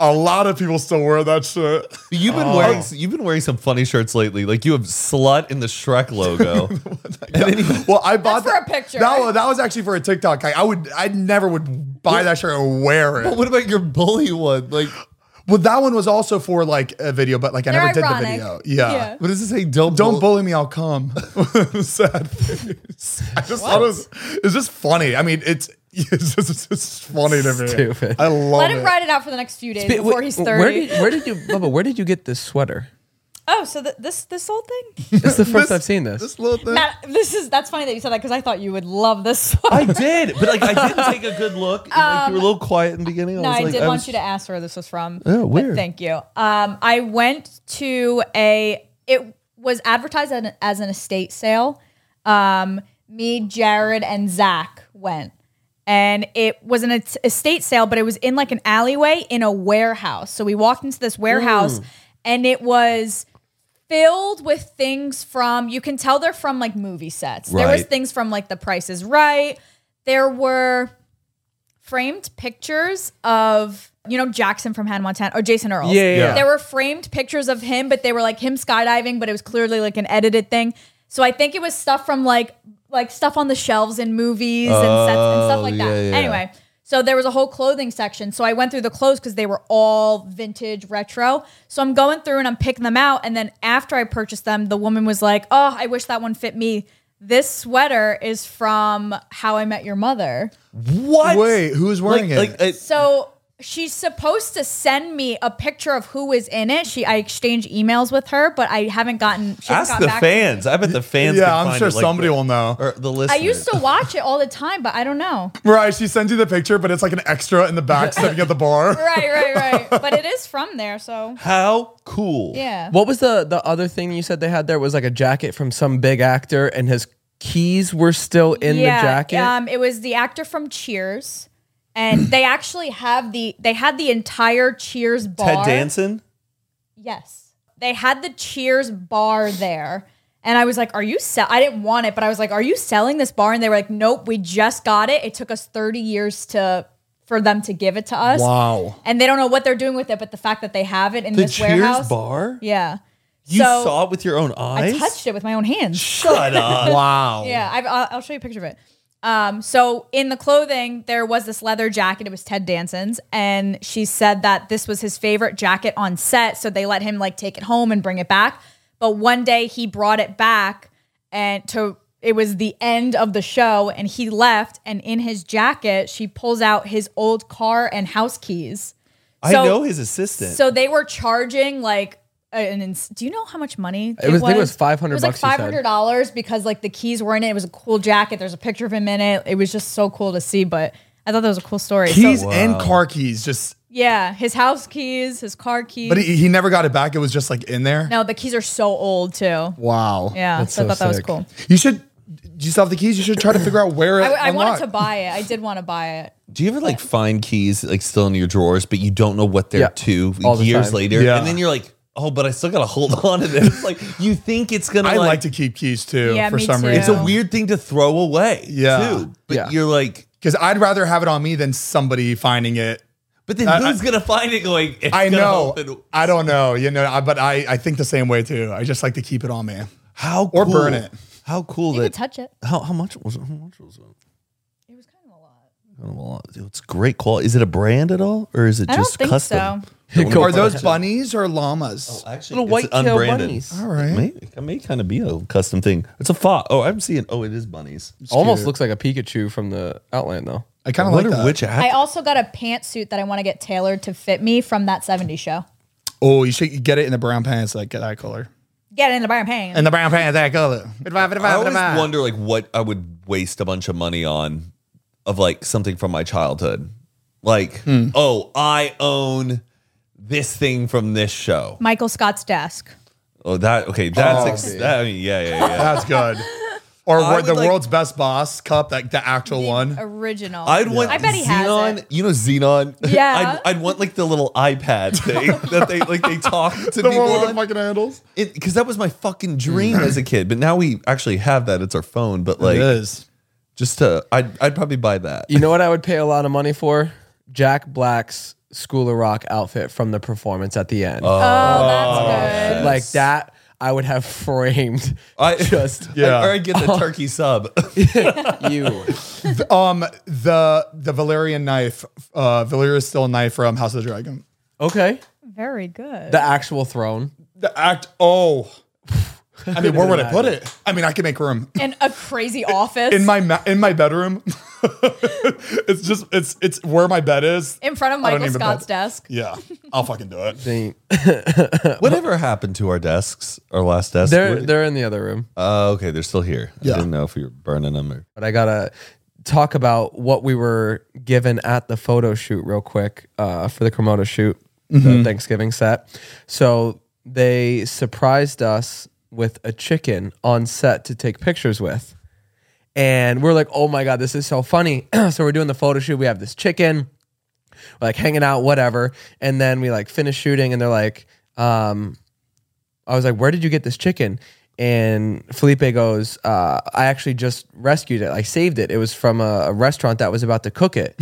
A lot of people still wear that shit. You've oh. been wearing you've been wearing some funny shirts lately. Like you have slut in the Shrek logo. Well, I bought for that- a picture. That was, that was actually for a TikTok. I, I would, I never would buy that shirt or wear it. what about your bully one? Like, Well, that one was also for like a video, but like I They're never ironic. did the video. Yeah. Yeah. what does it say? Don't Don't bull- bully me, I'll come. Sad face. I just thought it was, it's just funny. I mean, it's it's just, it's just funny to me. Stupid. I love Let it. him ride it out for the next few days But before wh- he's Where 30. did, where did you, Bubba, where did you get this sweater? oh, so th- this this whole thing? It's the first I've seen this. This little thing. Matt, this is that's funny that you said that because I thought you would love this. One. I did, but like I didn't take a good look. and, like, you were a little quiet in the beginning. Um, No, I was like, did want was- you to ask where this was from. Oh, but weird. Thank you. Um, I went to a. It was advertised as an, as an estate sale. Um, me, Jared, and Zach went, and it was an es- estate sale, but it was in like an alleyway in a warehouse. So we walked into this warehouse, and it was filled with things from you can tell they're from like movie sets. There was Right. things from like The Price is Right. There were framed pictures of you know Jackson from Hannah Montana or Jason Earl. Yeah, yeah, Yeah. yeah. There were framed pictures of him, but they were like him skydiving, but it was clearly like an edited thing. So I think it was stuff from like like stuff on the shelves in movies and sets and stuff Oh, like that. yeah, yeah. Anyway, so there was a whole clothing section. So I went through the clothes because they were all vintage retro. So I'm going through and I'm picking them out. And then after I purchased them, the woman was like, Oh, I wish that one fit me. This sweater is from How I Met Your Mother. what? Wait, who's wearing like, it? Like, it- So she's supposed to send me a picture of who was in it. She I exchange emails with her, but I haven't gotten. She hasn't ask gotten the back to me. fans. I bet the fans. can yeah, I'm find sure it, like, somebody the- will know. Or the I listeners. used to watch it all the time, but I don't know. Right, she sends you the picture, but it's like an extra in the back sitting at the bar. Right, right, right. But it is from there, so How cool. yeah. What was the the other thing you said they had there was like a jacket from some big actor and his keys were still in the jacket. Um, it was the actor from Cheers, and they actually have the they had the entire Cheers bar. Ted Danson. Yes. They had the Cheers bar there. And I was like, are you sell I didn't want it, but I was like, are you selling this bar? And they were like, nope, we just got it. It took us 30 years to for them to give it to us. Wow. And they don't know what they're doing with it, but the fact that they have it in The this Cheers warehouse. bar. Yeah. You So, saw it with your own I eyes. touched it with my own hands. Shut up. Wow. Yeah, I've, I'll, I'll show you a picture of it. Um, so in the clothing, there was this leather jacket. It was Ted Danson's, and she said that this was his favorite jacket on set. So they let him like take it home and bring it back. But one day he brought it back, and to it was the end of the show, and he left. And in his jacket, she pulls out his old car and house keys. I So- know his assistant. So they were charging like an. Ins- do you know how much money It was- I think it was 500 It was bucks, you like said. five hundred dollars because like the keys were in it. It was a cool jacket. There's a picture of him in it. It was just so cool to see. But I thought that was a cool story. Keys So, and car keys, just yeah, his house keys, his car keys. but he, he never got it back. It was just like in there. no, the keys are so old too. Wow. Yeah, That's so, so I thought that was sick. cool. You should do you still have the keys? You should try to figure out where it I, I wanted unlocked. to buy it. I did want to buy it. Do you ever like find keys like still in your drawers, but you don't know what they're Yeah, to all the years time. later, Yeah. and then you're like, oh, but I still gotta hold on to this. like you think it's gonna. I like, like, to keep keys too Yeah, for me some too. It's reason. a weird thing to throw away. Yeah. too. but Yeah. you're like, Because I'd rather have it on me than somebody finding it. But then I- who's I- gonna find it? Going, it's I gonna know. open- I don't know. You know, I, but I, I think the same way too. I just like to keep it on me. How Or cool- burn it. How cool You that could touch it. how, how much was it? How much was it? It was kind of a lot. Oh, well, It's great quality. Is it a brand at all, or is it I don't just think custom? so. Go Are for those it. bunnies or llamas? Actually, little it's white tail unbranded. bunnies? All right. It may, it may kind of be a custom thing. It's a fox. Oh, I'm seeing. Oh, it is bunnies. Almost cute. looks like a Pikachu from the Outland though. I kind of like wonder that. which app. I also got a pantsuit that I want to get tailored to fit me from that 70s show. oh, you should get it in the brown pants, like that color. Get it in the bar pants. In the brown pants, that color. I always wonder like what I would waste a bunch of money on, of like something from my childhood, like Hmm. oh I own this thing from this show. Michael Scott's desk. Oh that okay that's ex- that, I mean, yeah yeah yeah. That's good. Or I wor- the would like- world's best boss cup, like the actual one. Original. I'd want I bet he has Xenon. it. You know Xenon. Yeah. I'd, I'd want like the little iPad thing that they like they talk to The people one with the Hmm. on. fucking handles. Because that was my fucking dream as a kid, but now we actually have that. It's our phone, but like it is. just to I'd I'd probably buy that. You know what I would pay a lot of money for? Jack Black's School of Rock outfit from the performance at the end. Oh, that's Ah. good. Like that, I would have framed I just Yeah. I, or I get the turkey sub. you. Um, the the Valerian knife, uh, Valeria's still a knife from House of the Dragon. Okay. Very good. The actual throne. The act. Oh, I mean, where would I put it? I mean, I could make room in a crazy office. in my ma- in my bedroom. it's just it's it's where my bed is. in front of I don't Michael even Scott's bother. desk. Yeah, I'll fucking do it. They- Whatever happened to our desks, our last desk? They're Where- they're in the other room. Oh, okay, they're still here. Yeah. I didn't know if we were burning them or But I gotta talk about what we were given at the photo shoot real quick uh, for the Komodo shoot, the Thanksgiving set. So they surprised us with a chicken on set to take pictures with. And we're like, oh my God, this is so funny. so we're doing the photo shoot. We have this chicken. We're like hanging out, whatever. And then we like finish shooting and they're like, um, I was like, where did you get this chicken? And Felipe goes, uh, I actually just rescued it. I saved it. It was from a, a restaurant that was about to cook it.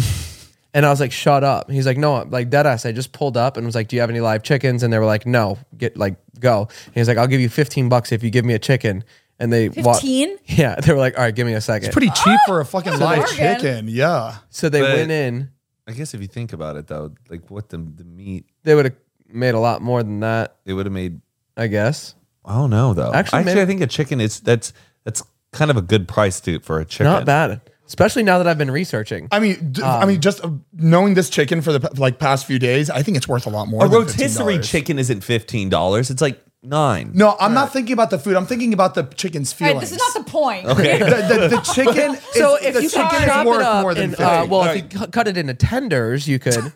and I was like, shut up. He's like, no, like dead ass. I just pulled up and was like, do you have any live chickens? And they were like, no, get like, go. And he's like, I'll give you 15 bucks if you give me a chicken. And they walked. 15? Yeah. They were like, all right, give me a second. Pretty cheap for a fucking live bargain. chicken. Yeah. so they But- went in. I guess if you think about it though, like what the the meat They would have made a lot more than that, they would have made I guess. I don't know though. Actually, Actually, maybe- I think a chicken is that's that's kind of a good price to for a chicken. Not bad. Especially now that I've been researching. I mean, d I I mean, just uh, knowing this chicken for the p- like past few days, I think it's worth a lot more. A than rotisserie $15. chicken isn't fifteen dollars. It's like nine. No, I'm not thinking about the food. I'm thinking about the chicken's All feelings. right, this is not the point. Okay. the, the, the chicken. So is, if the you chicken chop is it worth up, more than and, fifty. uh, well, if you cu- cut it into tenders, you could. so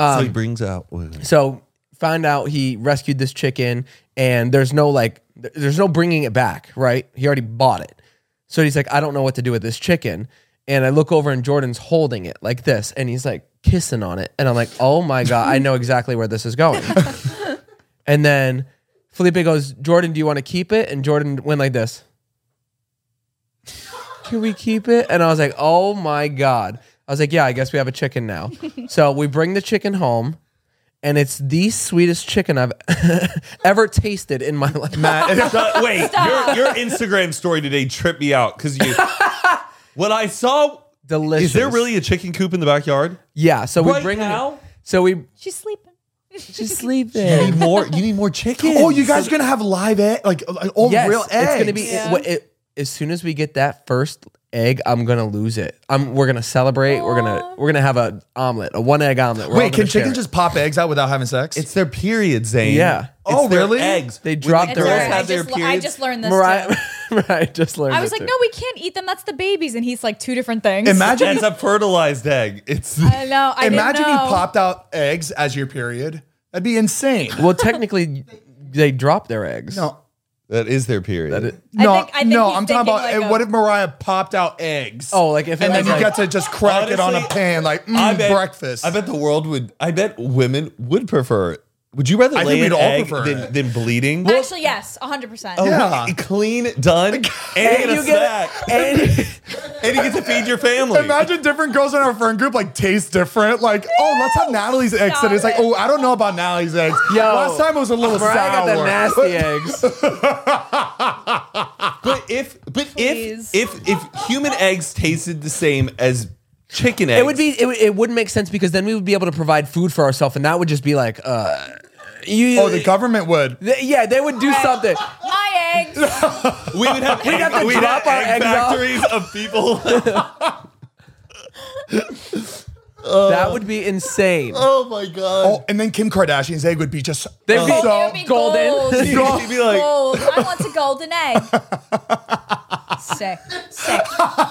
Um, he brings out. so found out he rescued this chicken, and there's no like, th- there's no bringing it back, right? He already bought it, so he's like, I don't know what to do with this chicken, and I look over and Jordan's holding it like this, and he's like kissing on it, and I'm like, oh my god, I know exactly where this is going, and then Felipe goes, Jordan, do you want to keep it? And Jordan went like this can we keep it? And I was like, oh my God. I was like, yeah, I guess we have a chicken now. so we bring the chicken home, and it's the sweetest chicken I've ever tasted in my life. wait, your, your Instagram story today tripped me out because you. what I saw. Delicious. Is there really a chicken coop in the backyard? Yeah. So we Right bring now? It, so we She's sleeping. just leave it. more. You need more chicken. oh, you guys are gonna have live egg, like uh, all Yes, real eggs. it's gonna be. Yeah. what it- as soon as we get that first egg, I'm gonna lose it. I'm. We're gonna celebrate. We're gonna. We're gonna have a omelet, a one egg omelet. We're all Wait, gonna can share chicken it. just pop eggs out without having sex? It's their period, Zane. Yeah. It's Oh, their really? Eggs. They When the dropped It's their girls all right. eggs. I, have their just, I periods. just learned this. Mariah, too. Mariah just learned. I was it like, too. no, we can't eat them. That's the babies. And he's like, two different things. imagine, That's a fertilized egg. It's I know. I didn't imagine you know. popped out eggs as your period. That'd be insane. Well, technically, they drop their eggs. No, that is their period. no, think- I think no. he's I'm talking thinking about like eh, a- what if Mariah popped out eggs? Oh, like if it and then was you like- got to just crack it on a Honestly, pan like mm, breakfast. I bet the world would. I bet women would prefer Would you rather I think lay an we'd all egg prefer than, it. than bleeding? Actually, yes, 100%. Oh, Yeah. clean, done, and you get a snack, and, and you get to feed your family. Imagine different girls in our friend group like taste different. Like, oh, let's have Natalie's eggs. And it's like, oh, I don't know about Natalie's eggs. Yo, Last time it was a little sour. Mariah got the nasty eggs. But if, but Please. if, if, if human eggs tasted the same as chicken eggs, It would be. It, would- it wouldn't make sense because then we would be able to provide food for ourselves, and that would just be like, uh, you. oh, the government would. They- yeah, they would do something. My eggs. we would have We'd have to we'd drop have our egg eggs off. factories of people. that would be insane. oh my god! Oh, and then Kim Kardashian's egg would be just They'd be It would be golden. gold. You'd be like, Gold. I want a golden egg. sick. Sick.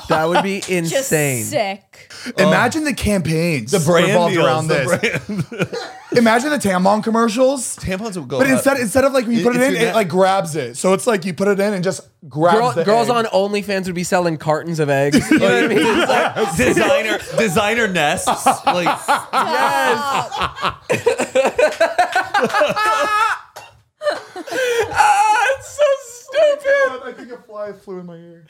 That would be Just insane. sick. Imagine the campaigns the brand revolved deals, around the this. Imagine the Tampon commercials. tampons would go. But out. instead, instead of like when you It- put it it's in, your it neck. like grabs it. So it's like you put it in and just grabs Girl, the girls egg. on OnlyFans would be selling cartons of eggs. You know what I mean? It's like, designer designer nests, like Yes. ah, it's so stupid. I think a fly flew in my ear.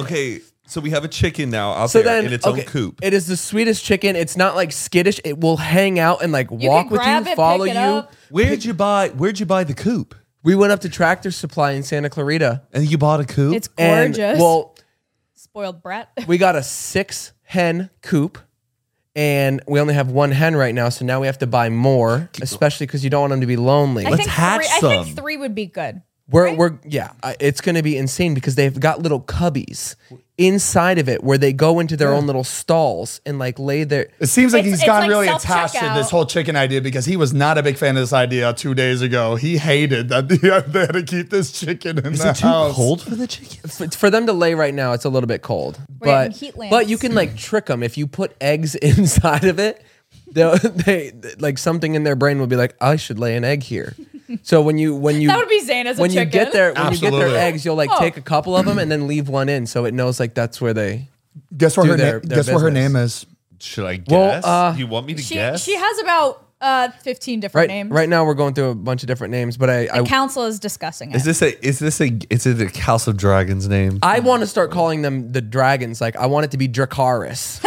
okay. So we have a chicken now out So there then, in its okay, own coop. It is the sweetest chicken. It's not like skittish. It will hang out and like You walk can with grab you, it, follow pick you. it up. Where'd you buy? Where'd you buy the coop? We went up to Tractor Supply in Santa Clarita. And you bought a coop. It's And, gorgeous. well, Spoiled brat. we got a six hen coop and we only have one hen right now so now we have to buy more especially because you don't want them to be lonely I think, hatch three, I some. think three would be good. we're, we're yeah I- it's going to be insane because they've got little cubbies inside of it where they go into their own little stalls and like lay their It seems like It's- he's it's gotten like really attached to self-checkout. this whole chicken idea because he was not a big fan of this idea two days ago. He hated that they had to keep this chicken in Is the it too house. cold for the chicken? for, for them to lay right now it's a little bit cold having but heat but lamps. you can like trick them if you put eggs inside of it they'll- they like something in their brain will be like i should lay an egg here so when you when you That would be Zayn as a when you chicken. get their when you get Absolutely. their eggs you'll like Oh. take a couple of them and then leave one in so it knows like that's where they Guess what Do her their- name? their Guess what her business. name is? Should I guess? Well, uh, you want me to She, guess? she has about uh, 15 different right names. right now we're going through a bunch of different names but i The i, council is discussing it. is this a? Is this a? Is it a House of Dragons name? I want to start calling them the dragons. Like I want it to be Dracaris,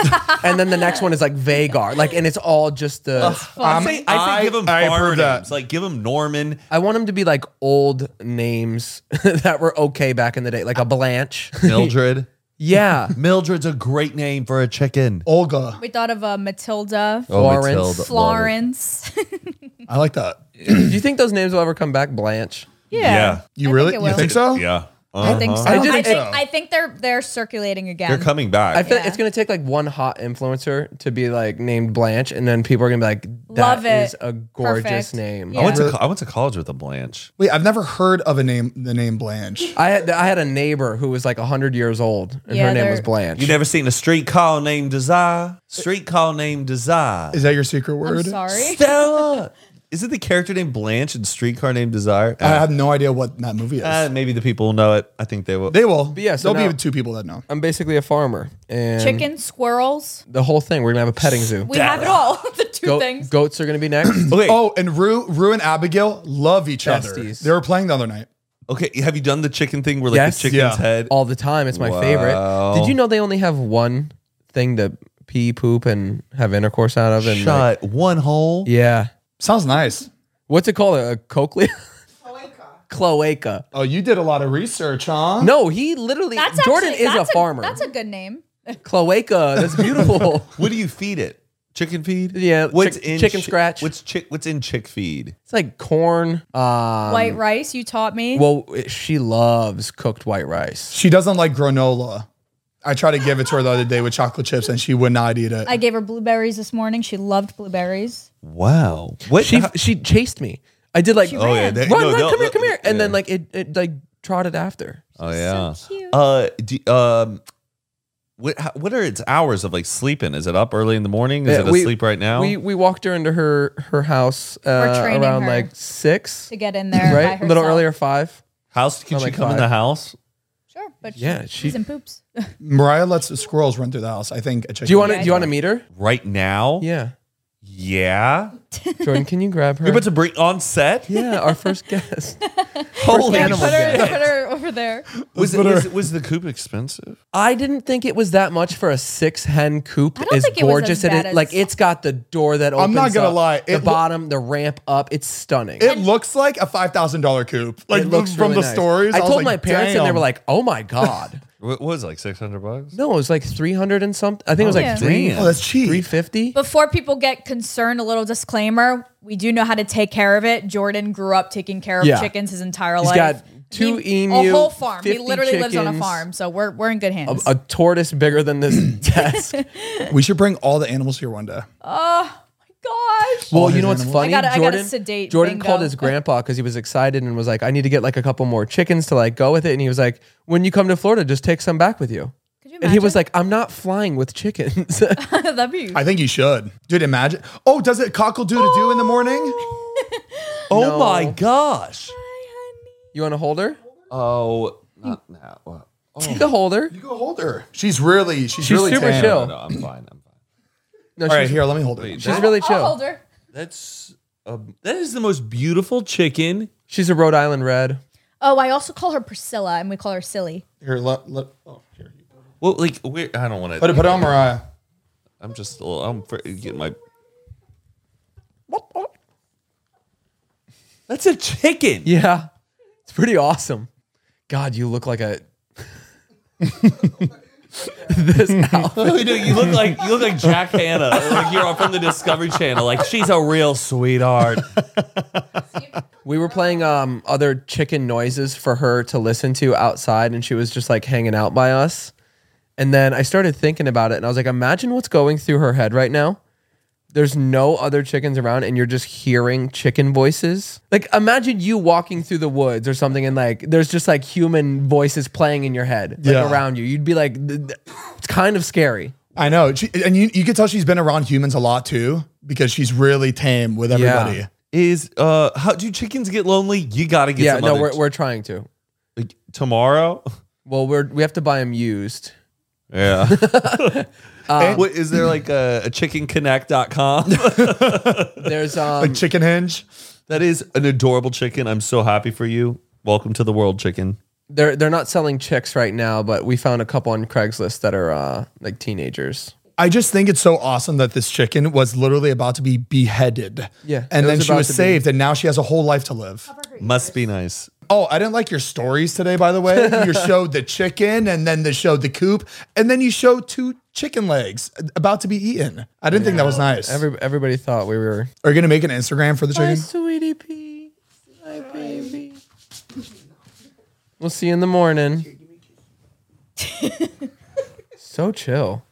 and then the next one is like Vagar. Like, and it's all just the. I say, I say I- give them I farm approve that. names. Like give them Norman. I want them to be like old names that were okay back in the day, like a Blanche. Mildred. yeah. Mildred's a great name for a chicken. Olga. we thought of uh, Matilda, Oh, Florence. Matilda. Florence. I like that. Do you think those names will ever come back, Blanche? yeah. Yeah. Uh-huh. You I really? think it you will. think so? Yeah. I think so. I I, don't think think, so. I think they're they're circulating again. They're coming back. I feel like Yeah. it's gonna take like one hot influencer to be like named Blanche, and then people are gonna be like, "That Love is it. a gorgeous Perfect. name." I went Yeah. to co- I went to college with a Blanche. Wait, I've never heard of a name. The name Blanche. I had I had a neighbor who was like hundred years old, and Yeah, her name they're- was Blanche. You never seen a street call named Desire? Street call named Desire. Is that your secret I'm word? sorry. Stella. Is it the character named Blanche and streetcar named Desire? I have no idea what that movie is. Uh, maybe the people will know it. I think they will. they will. yeah, so There'll now- be two people that know. I'm basically a farmer, and Chicken, squirrels. The whole thing. We're gonna have a petting zoo. We have it all. the two Goat- things. Goats are gonna be next. okay. Oh, and Rue, Rue and Abigail love each other. Besties. They were playing the other night. okay. Have you done the chicken thing where like Yes. the chicken's Yeah. head? all the time. It's my favorite. Did you know they only have one thing to pee, poop, and have intercourse out of? And like- Shut one hole. yeah. Sounds nice. What's it called? A cochlea? Cloaca. Oh, you did a lot of research, huh? No, he literally. That's Jordan actually, is a, that's farmer. That's a good name. cloaca. That's beautiful. What do you feed it? Chicken feed? Yeah, What's chick- in chicken chi- scratch. What's chick? What's in chick feed? it's like corn. Um, White rice. You taught me. Well, it- she loves cooked white rice. She doesn't like granola. I tried to give it to her the other day with chocolate chips, and she would not eat it. I gave her blueberries this morning. She loved blueberries. Wow. What? She how- she chased me. I did like oh yeah. ran. they- run, no, run, they'll- come here, come they'll- here, and then yeah. like it, it like trotted after. Oh yeah. cute. Uh, do, um, what how, what are its hours of like sleeping? Is it up early in the morning? Is Yeah, it we- asleep right now? We we walked her into her her house uh, training around her. like six, to get in there. by right? A little herself. earlier, five. house? Can Oh, she like come in five. the house? Sure, but Yeah, yeah, she- she's in poops. Mariah lets the squirrels run through the house. I think a chicken. Do you want to Yeah, do you want to meet her? Right now? Yeah. Yeah. Jordan, can you grab her? You're about to bring on set? yeah, our first guest. Holy animal Put shit. her, put her over there. Was, it, was, was the coop expensive? I didn't think it was that much for a six hen coop. I don't As think it was gorgeous as and bad it, as- like it's got the door that opens. I'm not gonna up, lie, the it loo- bottom, the ramp up. It's stunning. It looks like a five thousand dollar coop. Like It looks from really the nice. stories, I was told like, my parents, and they "Damn." were like, "Oh my god!" What was it, like 600 bucks? no, it was like three hundred and something. I think it was like Yeah. three, Damn. "Oh, that's three cheap." fifty. Before people get concerned, a little disclaimer: we do know how to take care of it. Jordan grew up taking care of Yeah. chickens his entire He's life. got two He- emu, a whole farm. He 50 literally lives on a chickens. farm, so we're we're in good A, hands. a tortoise bigger than this desk. We should bring all the animals here one day. Gosh, Well, you his know what's animals. funny? I gotta- I gotta Jordan, sedate Jordan Bingo. called his grandpa because he was excited and was like, "I need to get like a couple more chickens to like go with it." And he was like, "When you come to Florida, just take some back with you." Could you and he was imagine? like, "I'm not flying with chickens." that'd be. I think you should, dude. Imagine. Oh, does it cockle doo to do in the morning? Oh No. my gosh. you want to hold her? Oh, not Mm. now. Well, Oh. Take a holder. You go hold her. She's really, she's, really super tan. chill. No, no, I'm fine. I'm fine. No, All right, she's, here, let me hold her. she's really I'll chill. hold her. That's a, that is the most beautiful chicken. She's a Rhode Island red. Oh, I also call her Priscilla, and we call her Silly. Here, let, let, oh, here. you go. Well, like where I don't want to. Put it, put it on Mariah. I'm just a little. I'm fr- getting my. That's a chicken. Yeah, it's pretty awesome. God, you look like a. this outfit. Really do. You look like you look like Jack Hanna. Like you're from the Discovery Channel. Like she's a real sweetheart. We were playing um, other chicken noises for her to listen to outside, and she was just like hanging out by us. And then I started thinking about it, and I was like, imagine what's going through her head right now. There's no other chickens around, and you're just hearing chicken voices. Like, imagine you walking through the woods or something, and like, there's just like human voices playing in your head, like Yeah. around you. You'd be like, th- th- it's kind of scary. I know, she, and you, you can tell she's been around humans a lot too because she's really tame with everybody. Is uh how do chickens get lonely? You gotta get yeah, some no, other we're, ch- we're trying to. like, tomorrow. Well, we're, we have to buy them used. Yeah. Um, what, is there like a, a chickenconnect.com? There's um, Like chicken hinge. that is an adorable chicken. I'm so happy for you. Welcome to the world, chicken. they're they're not selling chicks right now, but we found a couple on Craigslist that are uh, like teenagers. I just think it's so awesome that this chicken was literally about to be beheaded. Yeah, it And then was she about was to be. saved, and now she has a whole life to live. Must be nice. Oh, I didn't like your stories today, by the way. you showed the chicken, and then the showed the coop, and then you showed two chicken legs uh, about to be eaten. I didn't think that was nice. Every, everybody thought we were Are you gonna make an Instagram for the my chicken? sweetie pea, my baby. We'll see you in the morning. so chill.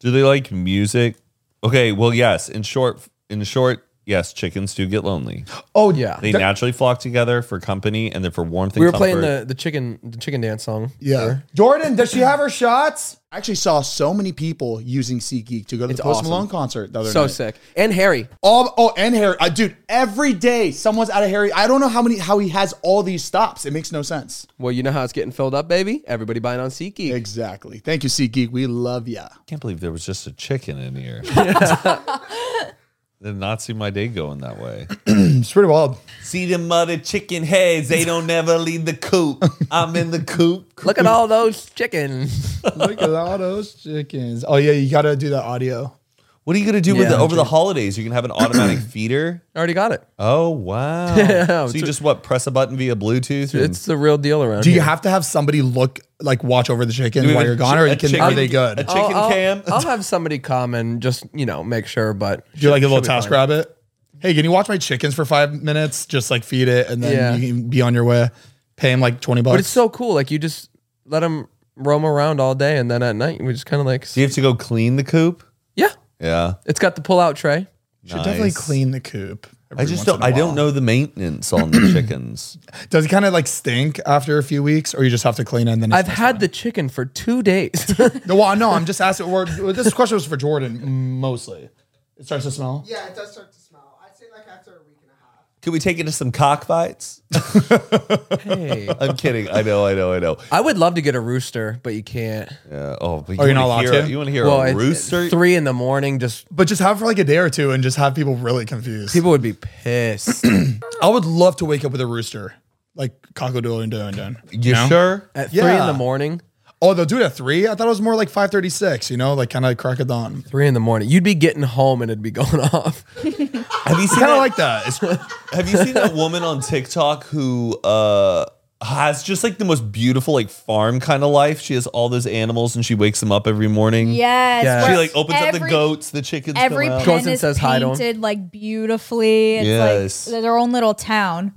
Do they like music? Okay, well, yes. In short, in short, yes, chickens do get lonely. Oh Yeah. They That- naturally flock together for company and then for warmth. And We were comfort. playing the, the chicken the chicken dance song. Yeah. Jordan, does she have her shots? I actually saw so many people using SeatGeek to go to It's the Post awesome. Malone concert the other So night. sick. And Harry. All, oh, and Harry, uh, dude, every day someone's out of Harry. I don't know how many how he has all these stops. It makes no sense. Well, you know how it's getting filled up, baby. Everybody buying on SeatGeek. Exactly. Thank you, SeatGeek. We love ya. I can't believe there was just a chicken in here. Did not see my day going that way. It's pretty wild. See them mother chicken heads. They don't never leave the coop. I'm in the coop. Look at all those chickens. Look at all those chickens. Oh yeah, you gotta do that audio. What are you gonna do with Yeah. the, over the holidays? You're gonna have an automatic feeder. I already got it. Oh wow! so you just what? Press a button via Bluetooth. and- It's the real deal around Do you here. have to have somebody look like watch over the chicken we while have you're a gone, chi- or a you can, chicken- are they good? a chicken oh. cam. I'll have somebody come and just you know make sure, but Do you like a little task rabbit? Hey, can you watch my chickens for five minutes? Just like feed it, and then Yeah. you can be on your way. Pay him like twenty bucks. But it's so cool. Like you just let them roam around all day, and then at night we just kind of like Do you have to go clean the coop? yeah, Yeah. it's got the pull-out tray. should definitely Nice. clean the coop. I just don't. I don't know the maintenance on the chickens. Does it kind of like stink after a few weeks, or you just have to clean it and then? I've had the chicken for two days. no. Well, no, I'm just asking. Or, this question was for Jordan mostly. It starts to smell. Yeah, it does start to smell. I'd say like after a week and a half. Can we take it to some cockfights? Hey. I'm kidding. I know, I know, I know. I would love to get a rooster, but you can't. Yeah. Oh, but you Oh, you're not wanna allowed hear- to? You want to hear well, a it's- rooster? three in the morning, just But just have it for like a day or two and just have people really confused. people would be pissed. I would love to wake up with a rooster, like cockadoodle and doing doing. You sure? At three in Yeah. the morning. Oh, they'll do it at three. I thought it was more like five thirty six. You know, like kind of like crack of dawn. Three in the morning. You'd be getting home and it'd be going off. Have you seen that? Kind of like that. It's, Have you seen that woman on TikTok who uh has just like the most beautiful like farm kind of life? She has all those animals and she wakes them up every morning. Yes. Yeah. where She like opens up the every- goats, the chickens Every come out. Goes pen and is says hi to 'em. painted like beautifully. It's Yes. like their own little town.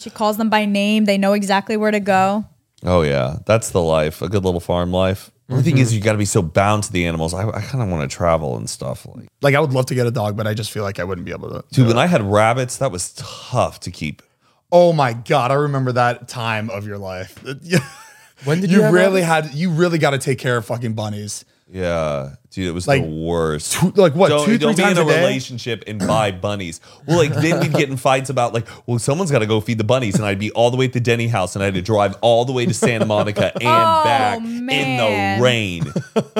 She calls them by name. They know exactly where to go. Oh yeah, that's the life. A good little farm life. The thing Mm-hmm. is, you got to be so bound to the animals. I, I kind of want to travel and stuff. Like, like I would love to get a dog, but I just feel like I wouldn't be able to. dude, when I had rabbits, that was tough to keep. Oh my god, I remember that time of your life. When did you, you have really that? had you really got to take care of fucking bunnies. Yeah, dude, it was Like, the worst. Two- like what? don't, 2 don't 3 be times in a, day? relationship and buy bunnies. Well, like then we'd get in fights about like, well, someone's got to go feed the bunnies, and I'd be all the way at the Denny house, and I had to drive all the way to Santa Monica and Oh, back in man. the rain,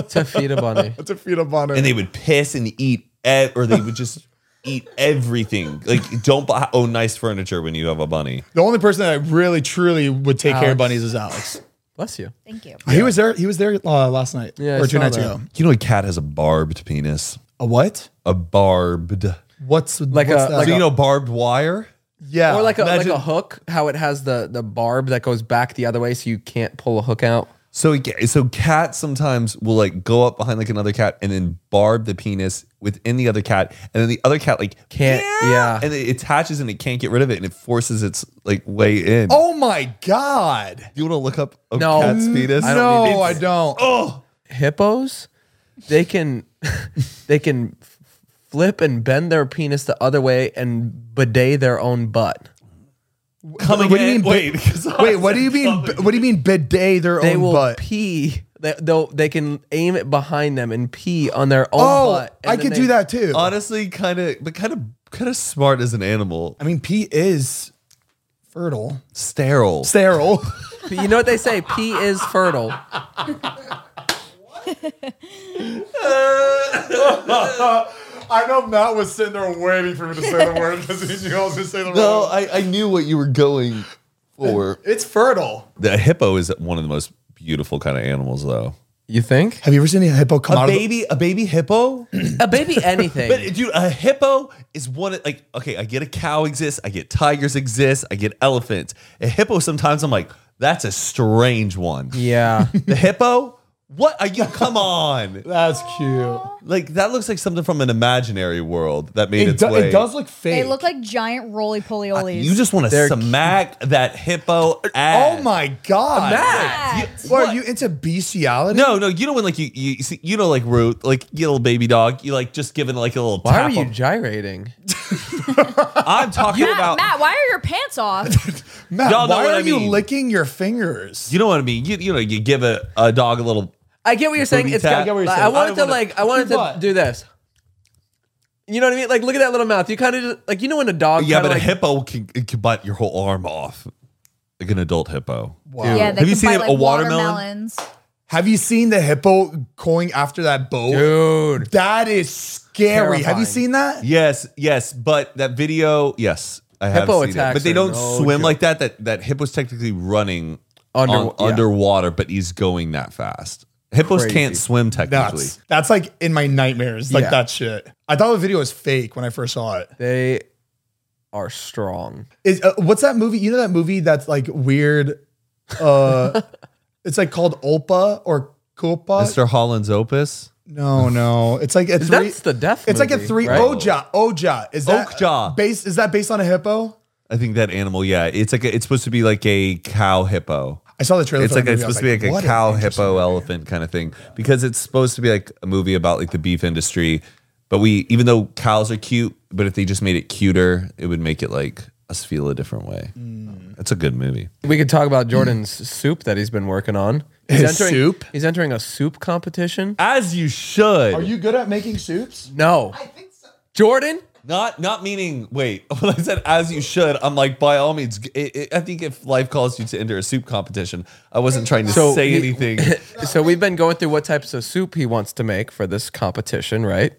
to feed a bunny? to feed a bunny. and they would piss and eat, e- or they would just eat everything. Like, don't buy, own nice furniture when you have a bunny. the only person that I really truly would take care Alex. of bunnies is Alex. Bless you. Thank you. He was there. He was there uh, last night Yeah, I or two saw nights that. ago. You know, a cat has a barbed penis. A what? A barbed. What's Like what's a- that? like so you a- know barbed wire. yeah, Or like a Imagine- like a hook, how it has the the barb that goes back the other way, so you can't pull a hook out. So he- so cats sometimes will like go up behind like another cat and then barb the penis within the other cat, and then the other cat like Can't- ah. yeah. and it attaches and it can't get rid of it, and it forces its like way in. Oh my god! you want to look up a No. cat's penis? I don't need no, I don't. Hippos, they can they can f- flip and bend their penis the other way and bidet their own butt. Come What do you again? mean, Wait, Wait, what do you mean? b- What do you mean bidet their They own will butt? pee. They, they'll they can aim it behind them and pee on their own oh, butt. and I then could they- do that too. Honestly, kind of, but kind of, kind of smart as an animal. I mean, pee is fertile, Sterile. sterile. But You know what they say? Pee is fertile. I know Matt was sitting there waiting for me to say the word because he knew I was going to say the no, I, I knew what you were going for. It's fertile. The hippo is one of the most beautiful kind of animals, though. You think Have you ever seen a hippo come A out baby, a baby hippo. a baby Uh, anything? But dude, a hippo is one of- like okay, I get a cow exists, I get tigers exist, I get elephants. A hippo sometimes I'm like, that's a strange one. yeah, The hippo? What are you come on? of the- That's cute. Like that looks like something from an imaginary world that made It, its do- way. it does look fake. They look like giant roly poly olies. you just want to smack that hippo ass. Oh my god! Matt. You- what, are you into bestiality? No, no, you know when like you you, see, you know like root like you little baby dog, you like just giving like a little why tap. are you on- gyrating? I'm talking Matt, about Matt, why are your pants off? Matt, Y'all know why what I are you mean. licking your fingers? you know what I mean? You you know you give a, a dog a little I get what you're saying. Booty It's tap. got, I get what you're I saying. wanted I to wanna- like I wanted to But- do this. You know what I mean? Like look at that little mouth. You kind of just like you know when a dog Yeah, kinda but like- a hippo can, it can bite your whole arm off, like an adult hippo. Wow. yeah, Have they you can seen bite, a like watermelon? watermelons. Have you seen the hippo going after that bow? dude. That is scary. Have Terrifying. you seen that? Yes, yes, but that video, yes, I have Hippo seen it. attacks But they are don't no swim joke. like that. That that hippo's technically running Under- on- yeah. underwater, but he's going that fast. Hippos Crazy. can't swim technically. That's that's like in my nightmares, like Yeah. that shit. I thought the video was fake when I first saw it. They are strong. Is uh, what's that movie? You know that movie that's like weird. Uh, it's like called Opa or Copa. Mr. Holland's Opus, No, no, it's like a three. That's the death. it's like a movie, three Oh. right? Oja. Oja is that Okja. based? Is that based on a hippo? I think that animal. Yeah, it's like a, it's supposed to be like a cow hippo. I saw the trailer. It's for like that it's movie, I was supposed to be like a what an cow, interesting hippo, movie. elephant kind of thing because it's supposed to be like a movie about like the beef industry. But we, even though cows are cute, but if they just made it cuter, it would make it like us feel a different way. It's a good movie. We could talk about Jordan's soup that he's been working on. He's His entering, soup? He's entering a soup competition. As you should. Are you good at making soups? No. I think so. Jordan, Not not meaning. Wait, when I said as you should, I'm like by all means. g- It, it, I think if life calls you to enter a soup competition, I wasn't trying to Mm. So say he- anything. so we've been going through what types of soup he wants to make for this competition, right?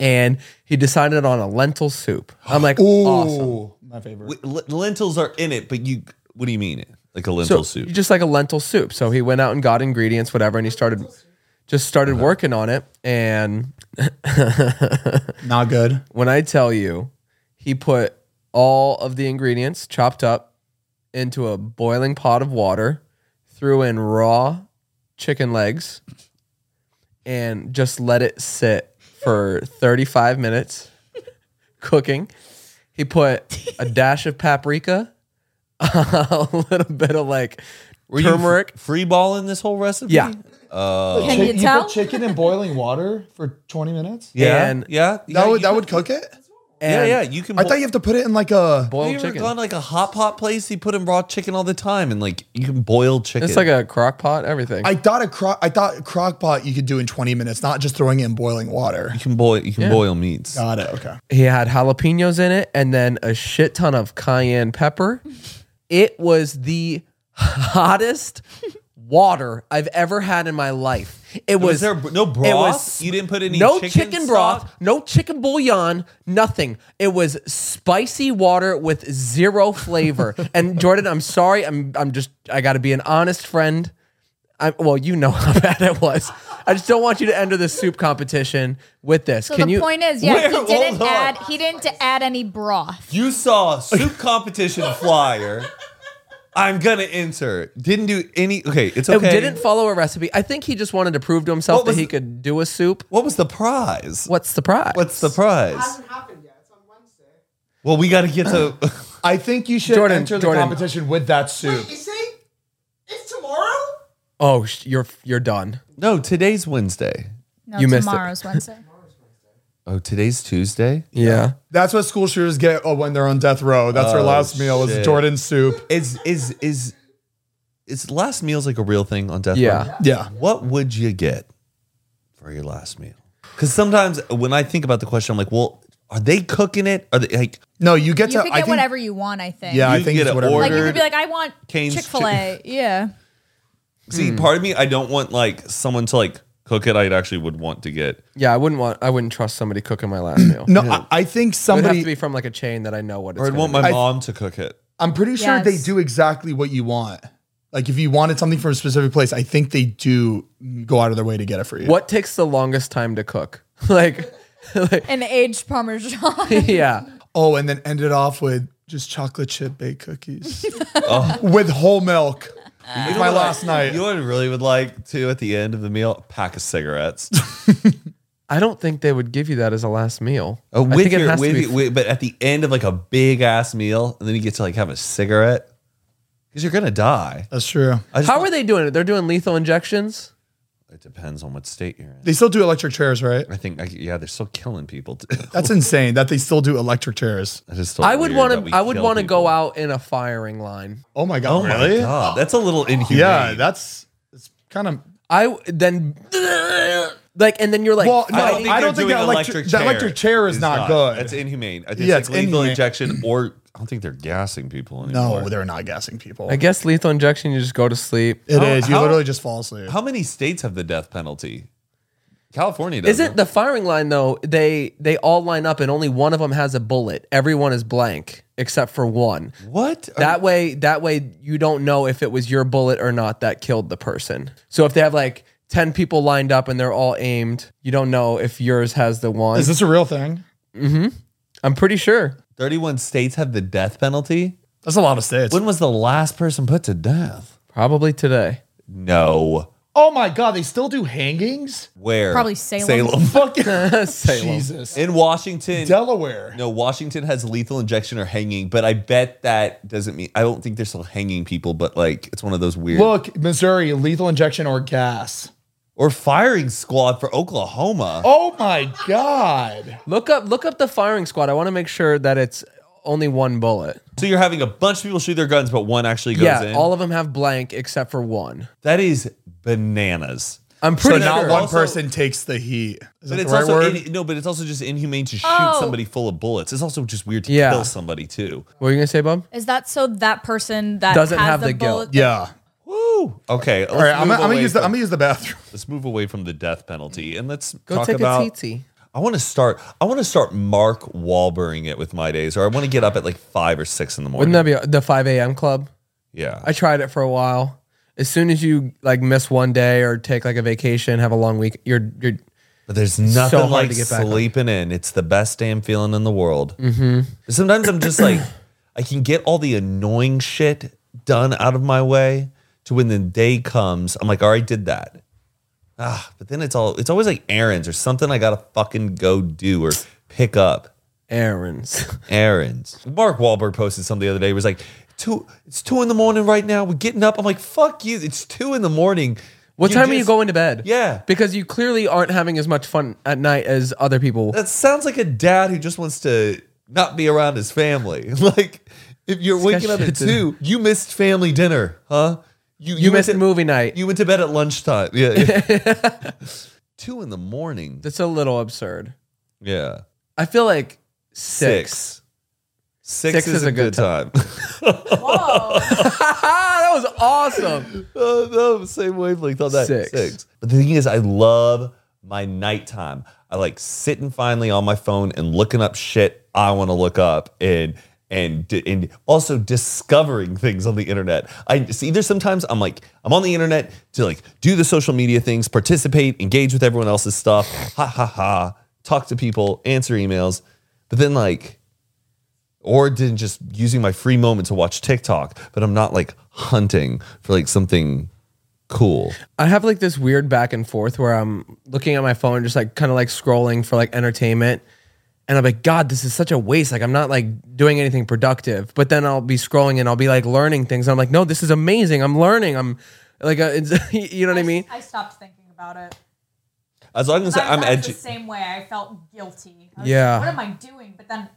And he decided on a lentil soup. I'm like, awesome. Ooh, my favorite. Wait, l- lentils are in it, but you. What do you mean? Like a lentil So soup? just like a lentil soup. So he went out and got ingredients, whatever, and he started just started working on it. And Not good. when I tell you, he put all of the ingredients chopped up into a boiling pot of water, threw in raw chicken legs, and just let it sit for 35 minutes cooking. He put a dash of paprika, a little bit of like you f- turmeric. free balling this whole recipe? Yeah. Oh. Can you tell? chicken in boiling water for 20 minutes? Yeah. And- yeah. yeah, That would you that can- would cook it. Yeah, And- yeah. You can. I thought you have to put it in like a. Have boiled you ever chicken. gone to, like a hot pot place? You put in raw chicken all the time, and like you can boil chicken. It's like a crock pot, everything. I thought a crock. I thought crock pot you could do in 20 minutes, not just throwing it in boiling water. you can boil you can boil meats. Got it. Okay. he had jalapenos in it and then a shit ton of cayenne pepper. It was the hottest water I've ever had in my life. It was, Was, there b- no broth? it was you didn't put any no chicken, chicken, broth, stock? no chicken bouillon, nothing. It was spicy water with zero flavor. and Jordan, I'm sorry. I'm I'm just I got to be an honest friend. I, well, you know how bad it was. I just don't want you to enter the soup competition with this. So Can the you? point is, yeah, Where- he didn't hold on. add he didn't add any broth. You saw a soup competition flyer. I'm gonna enter. Didn't do any. Okay, it's okay. It didn't follow a recipe. I think he just wanted to prove to himself What that was he the- could do a soup. What was the prize? What's the prize? What's the prize? happened yet. It's on Wednesday. Well, we got to get to. I think you should Jordan, enter the Jordan. competition with that soup. You see? It's tomorrow? Oh, sh- you're you're done. no, today's Wednesday. No, You missed it. tomorrow's Wednesday. Oh, today's Tuesday. Yeah. That's what school shooters get uh, when they're on death row. That's their Oh, last meal shit. is Jordan soup. Is is is is last meals like a real thing on death? Yeah. Row? Yeah. What would you get for your last meal? Because sometimes when I think about the question, I'm like, well, are they cooking it? Are they like? No, you get You to. could I get think, whatever you want, I think. Yeah, I You think get it's an whatever. Like you order. could be like, I want Cane's Chick Fil A. Yeah. See, Hmm. part of me, I don't want like someone to like cook it. I actually would want to get. Yeah. I wouldn't want. I wouldn't trust somebody cooking my last meal. No, I, I think It would have somebody. to be from like a chain that I know what it's. Or I'd gonna want be. my mom to cook it. I'm pretty sure they Yes. do exactly what you want. Like if you wanted something from a specific place, I think they do go out of their way to get it for you. What takes the longest time to cook? like, like An aged Parmesan. yeah. Oh, and then end it off with just chocolate chip baked cookies with whole milk. Like my last night. You know Oh. what I really would like to at the end of the meal? A pack of cigarettes. I don't think they would give you that as a last meal. Oh, I with think your, it has with, to be. your- with- but at the end of like a big ass meal, and then you get to like have a cigarette because you're gonna die. That's true. I just, how are they doing it? They're doing lethal injections. it depends on what state you're in. They still do electric chairs, right? I think, I, yeah, they're still killing people. Too. That's insane that they still do electric chairs. I just I would want to. I would want to go out in a firing line. Oh my Oh god, my really? god, that's a little inhumane. Yeah, that's it's kind of I then like, and then you're like, Well, no, I don't think, I they're don't think doing that electric- that electric chair is not good. That's inhumane. It's Yeah, like it's lethal inhumane. injection, or I don't think they're gassing people anymore. no, oh, they're not gassing people. I guess lethal injection, you just go to sleep. It is. How- You how- literally just fall asleep. How many states have the death penalty? California doesn't. Isn't the firing line though? They they all line up, and only one of them has a bullet. Everyone is blank except for one. what? That way, that way, you don't know if it was your bullet or not that killed the person. So if they have like ten people lined up and they're all aimed, you don't know if yours has the one. Is this a real thing? I'm pretty sure. 31 states have the death penalty. That's a lot of states. When was the last person put to death? Probably today. No. Oh my God, they still do hangings? Where? Probably Salem. Fucking Salem. Jesus. In Washington. Delaware. no, Washington has lethal injection or hanging, but I bet that doesn't mean I don't think they're still hanging people, but like it's one of those weird Look, Missouri, lethal injection or gas. or firing squad for Oklahoma. Oh my God. Look up look up the firing squad. I want to make sure that it's only one bullet. So you're having a bunch of people shoot their guns, but one actually goes yeah, in. all of them have blank except for one. that is bananas. I'm So pretty not sure. one Also- person takes the heat. Is But that the it's right also word? in, no, but it's also just inhumane to shoot Oh. somebody full of bullets. It's also just weird to Yeah. kill somebody too. what were you gonna say, Bob? Is that so that person that Doesn't has have the, the guilt. bullet- yeah. Woo. Okay. All right. I'm, gonna- I'm gonna use the. I'm gonna use the bathroom. Let's move away from the death penalty and let's Go talk take about. a TT. I want to start. I want to start Mark Wahlberging it with my days, or I want to get up at like five or six in the morning. Wouldn't that be the 5 a.m. club? yeah. I tried it for a while. As soon as you like miss one day or take like a vacation, have a long week, you're you're But there's nothing hard like to get back on. sleeping in. It's the best damn feeling in the world. Mm-hmm. Sometimes I'm just like, I can get all the annoying shit done out of my way to when the day comes. I'm like, all right, did that. Ah, but then it's all, it's always like errands or something I gotta fucking go do or pick up errands. errands. Mark Wahlberg posted something the other day. He was like, two, it's two in the morning right now. We're getting up. I'm like, fuck you. It's two in the morning. What time are you just- going to bed? Yeah. Because you clearly aren't having as much fun at night as other people. that sounds like a dad who just wants to not be around his family. Like if you're waking up at shit's in- two, you missed family dinner, huh? You went missed to- movie night. You went to bed at lunchtime. Yeah. yeah. two in the morning. That's a little absurd. Yeah. I feel like six. Six. Six, is, a, good, time. that was awesome. oh, no, same wavelength on that. Six. But the thing is, I love my nighttime. I like sitting finally on my phone and looking up shit I want to look up and and di- and also discovering things on the internet. I see. There's sometimes I'm like I'm on the internet to like do the social media things, participate, engage with everyone else's stuff. Ha ha ha. Talk to people, answer emails, but then like or didn't just using my free moment to watch TikTok, but I'm not like hunting for like something cool. I have like this weird back and forth where I'm looking at my phone, just like kind of like scrolling for like entertainment. And I'm like, God, this is such a waste. Like, I'm not like doing anything productive. But then I'll be scrolling and I'll be like learning things. I'm like, no, this is amazing. I'm learning. I'm like, uh, it's, you know what I mean? I stopped thinking about it. As long as I I'm was edgy, the same way. I felt guilty. I was Yeah. Like, what am I doing? But then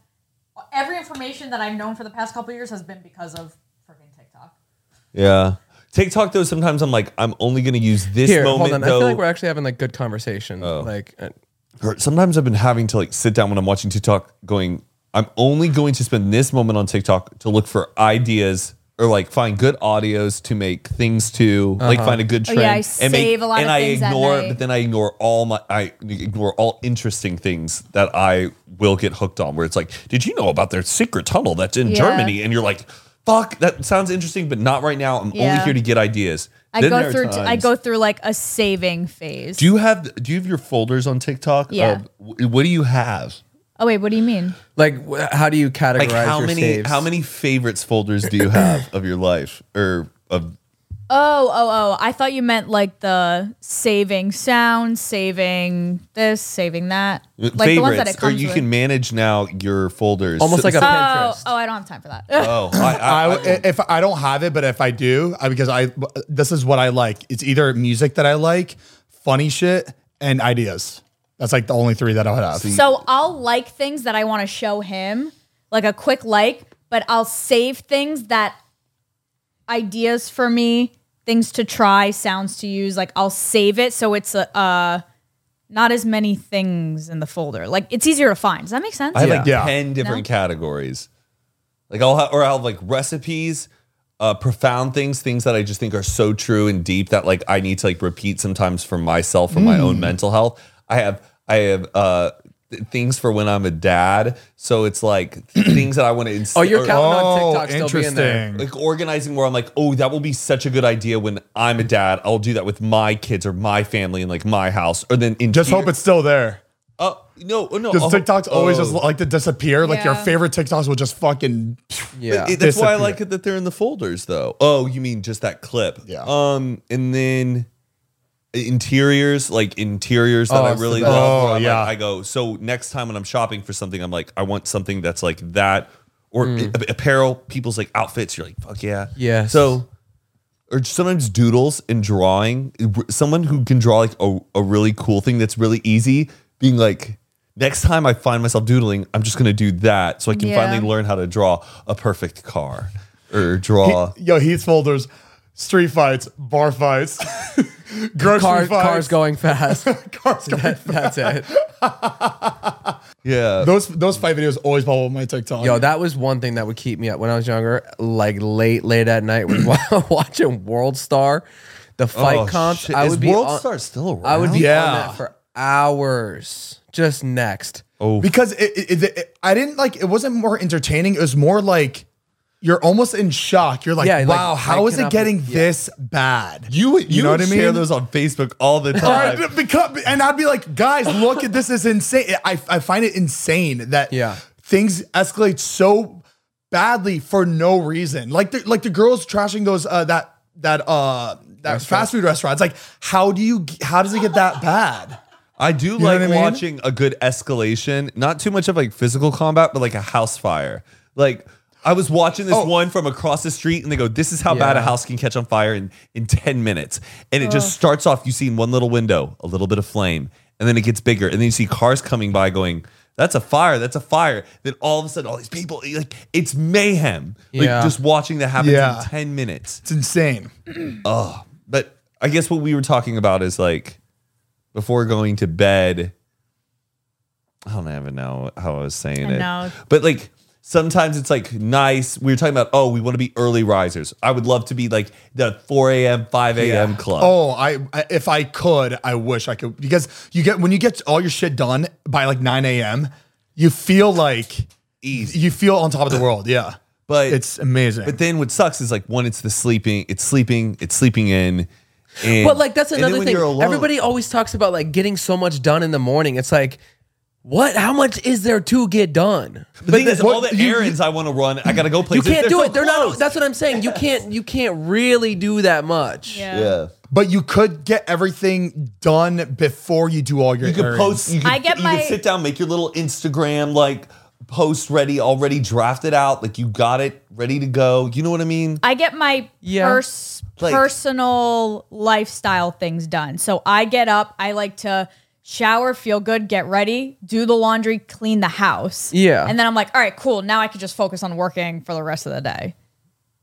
every information that I've known for the past couple years has been because of freaking TikTok. yeah. TikTok though, sometimes I'm like, I'm only gonna use this Here, moment hold on. I though. Oh. feel like we're actually having like good conversation. Like, uh, Or sometimes I've been having to like sit down when I'm watching TikTok, going, I'm only going to spend this moment on TikTok to look for ideas or like find good audios to make things to like find a good Oh, trend. yeah, I save a lot and of I things at ignore, night. but then I ignore all my, I ignore all interesting things that I will get hooked on. Where it's like, did you know about their secret tunnel that's in Yeah. Germany? And you're like, fuck, that sounds interesting, but not right now. I'm only Yeah. here to get ideas. I Then there go are through. I times- go through like a saving phase. Do you have do you have your folders on TikTok? Yeah. Uh, wh- what do you have? oh wait, what do you mean? like wh- how do you like categorize how your many saves? how many favorites folders do you have of your life or of Oh, oh, oh! I thought you meant like the saving sound, saving this, saving that, like favorites the ones that it or comes you with. can manage now your folders Almost like a oh, Pinterest. oh, I don't have time for that. oh I, I, I, if I don't have it, but if I do, I, because I this is what I like. It's either music that I like, funny shit, and ideas. That's like the only three that I would have. So I'll like things that I want to show him, like a quick like, but I'll save things that ideas for me, things to try, sounds to use. Like I'll save it so it's a, uh, not as many things in the folder. Like it's easier to find. Does that make sense? I have like Yeah. 10 different categories like I'll have, or I'll have like recipes uh, profound things things that I just think are so true and deep that like I need to like repeat sometimes for myself for my Mm. own mental health I have I have uh th- things for when I'm a dad so it's like things that I want to oh, you're or- counting on TikTok still being there. Oh, interesting. like organizing where I'm like, oh, that will be such a good idea when I'm a dad. I'll do that with my kids or my family and like my house. Or then in Just here- hope it's still there. oh no oh, no Because oh, TikToks always oh. just like to disappear. Like your Yeah. favorite TikToks will just fucking. Yeah. It- that's why I disappear. like it that they're in the folders though. Oh, you mean just that clip? Yeah. Um, and then interiors like interiors that Oh, I it's the really best. love. where Oh, I'm like- yeah. I go so next time when I'm shopping for something, I'm like, I want something that's like that or a- apparel. People's like outfits. You're like, fuck yeah, Mm. Yes. So or sometimes doodles and drawing. Someone who can draw like a, a really cool thing that's really easy, being like, next time I find myself doodling, I'm just gonna do that so I can Yeah. finally learn how to draw a perfect car or draw. Yo, Heath folders, street fights, bar fights. Grocery Car, finds. cars going fast. Cars going fast. That's it. Yeah. Those those five videos always pop up on my TikTok. Yo, that was one thing that would keep me up when I was younger. Like late, late at night, was wa- watching World Star, the fight Oh, comps. shit. I would Is be World on- Star still around? I would be on Yeah. that for hours. Just next. Oh. because it, it, it, it- I didn't like it wasn't more entertaining. It was more like you're almost in shock. You're like, Yeah, like, wow, how I is it cannot getting believe- yeah. this bad? You would, you, know would what I share mean? those on Facebook all the time. Or- because, and I'd be like, guys, look at this is insane. I, I find it insane that Yeah. things escalate so badly for no reason. Like the, like the girls trashing those uh, that that uh that fast food restaurants. Like how do you how does it get that bad? I do know like what I mean? watching a good escalation, not too much of like physical combat, but like a house fire. Like I was watching this Oh. one from across the street, and they go, "This is how bad a Yeah. house can catch on fire in in ten minutes." And it just starts off. You see in one little window, a little bit of flame, and then it gets bigger, and then you see cars coming by, going. That's a fire. That's a fire. Then all of a sudden, all these people like it's mayhem. Like Yeah. just watching that happen Yeah. in ten minutes. It's insane. But I guess what we were talking about is like before going to bed. I don't even know how I was saying I it. know. But like sometimes it's like nice. We were talking about, oh, we want to be early risers. I would love to be like the 4 a.m., 5 a.m. club. Oh, I, I if I could, I wish I could because you get when you get all your shit done by like 9 a.m., you feel like easy. you feel on top of the world. Yeah. But It's amazing. Uh, but then what sucks is like one, it's the sleeping, it's sleeping, it's sleeping in. And, But like that's and then another when thing. you're alone- Everybody always talks about like getting so much done in the morning. It's like, what? How much is there to get done? The thing is, what- all the you- errands I want to run, I gotta go You places. can't do so it. They're close. not. That's what I'm saying. You can't. You can't really do that much. Yeah. yeah. but you could get everything done before you do all your You could errands. post. You could, I get you my- could sit down, make your little Instagram like post ready, already drafted out. Like you got it ready to go. You know what I mean? I get my Yeah. pers- Like- personal lifestyle things done. So I get up, I like to shower, feel good, get ready, do the laundry, clean the house. Yeah. And then I'm like, all right, cool. Now I can just focus on working for the rest of the day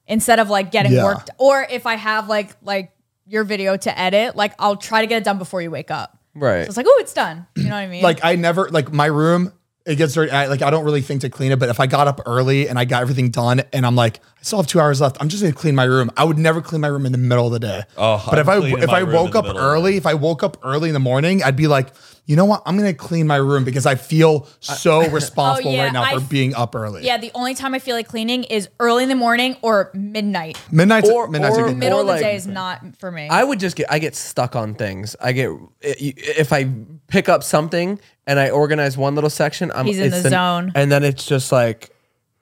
instead of like getting Yeah. worked. Or if I have like, like, your video to edit, like I'll try to get it done before you wake up. Right. So it's like, oh, it's done. You know what I mean? like I never like my room. It gets dirty. I, like I don't really think to clean it, but if I got up early and I got everything done, and I'm like, I still have two hours left. I'm just gonna clean my room. I would never clean my room in the middle of the day. Oh, but if I'm I cleaning if my I room in woke the up middle of the early, if I woke up early in the morning, I'd be like, you know what? I'm gonna clean my room because I feel so responsible yeah, right now I for f- being up early. yeah, the only time I feel like cleaning is early in the morning or midnight. midnight's Or- midnight's or a good Middle Or of the like- day is not for me. I would just get I get stuck on things. I get if I pick up something and I organize one little section, I'm He's in it's the an- zone. and then it's just like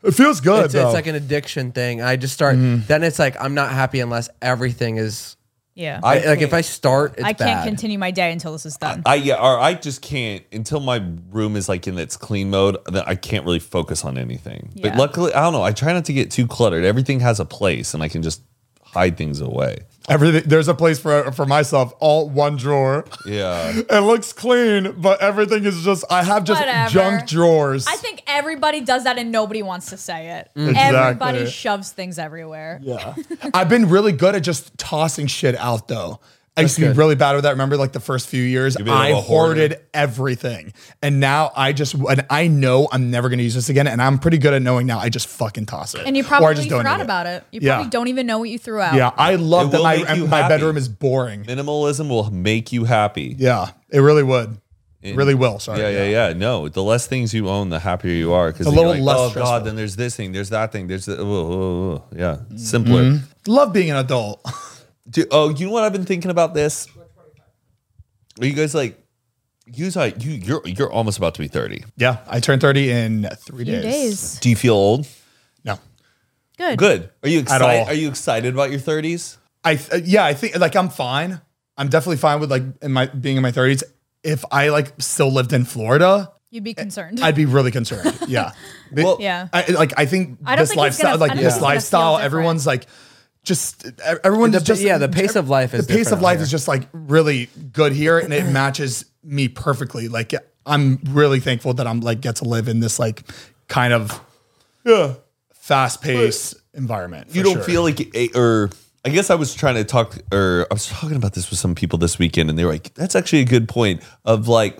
It feels good it's, though. it's like an addiction thing. I just start then it's like I'm not happy unless everything is yeah. I like if can't- I start it's I can't bad. continue my day until this is done. I yeah, or I just can't until my room is like in its clean mode. That I can't really focus on anything. But Yeah. luckily, I don't know. I try not to get too cluttered. Everything has a place, and I can just hide things away. Everything there's a place for for myself. All one drawer. Yeah. It looks clean, but everything is just I have just Whatever. junk drawers. I think everybody does that and nobody wants to say it. Everybody shoves things everywhere. Yeah. I've been really good at just tossing shit out though. I used to be really bad with that. Remember, like the first few years, been a I little hoarded everything, and now I just and I know I'm never going to use this again, and I'm pretty good at knowing now. I just fucking toss it, And you Or I probably just donate forgot about it. You Yeah. probably don't even know what you threw out. Yeah, I love It that will my make you my happy. bedroom is boring. Minimalism will make you happy. Yeah, it really would, really will. Sorry. Yeah, yeah, yeah, No, the less things you own, the happier you are. Because A a little little like, less Oh stressful. God, then there's this thing, there's that thing, there's the, oh, oh, oh, yeah, simpler. Mm-hmm. Love being an adult. Do, oh, you know what I've been thinking about this? Are you guys like, you guys, like, you you're you're almost about to be thirty. yeah, I turned thirty in three Few days. days. Do you feel old? No, Good. Good. Are you At all. excited? Are you excited about your thirties? I th- uh, yeah, I think like I'm fine. I'm definitely fine with like in my being in my 30s. If I like still lived in Florida, You'd be concerned. I'd be really concerned. Yeah. Well, yeah. I, like I think I don't this think he's lifestyle, gonna- I like don't this think he's gonna feel lifestyle, different. everyone's like just everyone's The- just yeah, the pace of life is the pace different of out life here. is just like really good here, and it matches me perfectly. Like I'm really thankful that I'm like get to live in this like kind of yeah fast paced environment. you for don't sure. feel like a, or I guess I was trying to talk, or I was talking about this with some people this weekend, and they were like, "That's actually a good point." Of like,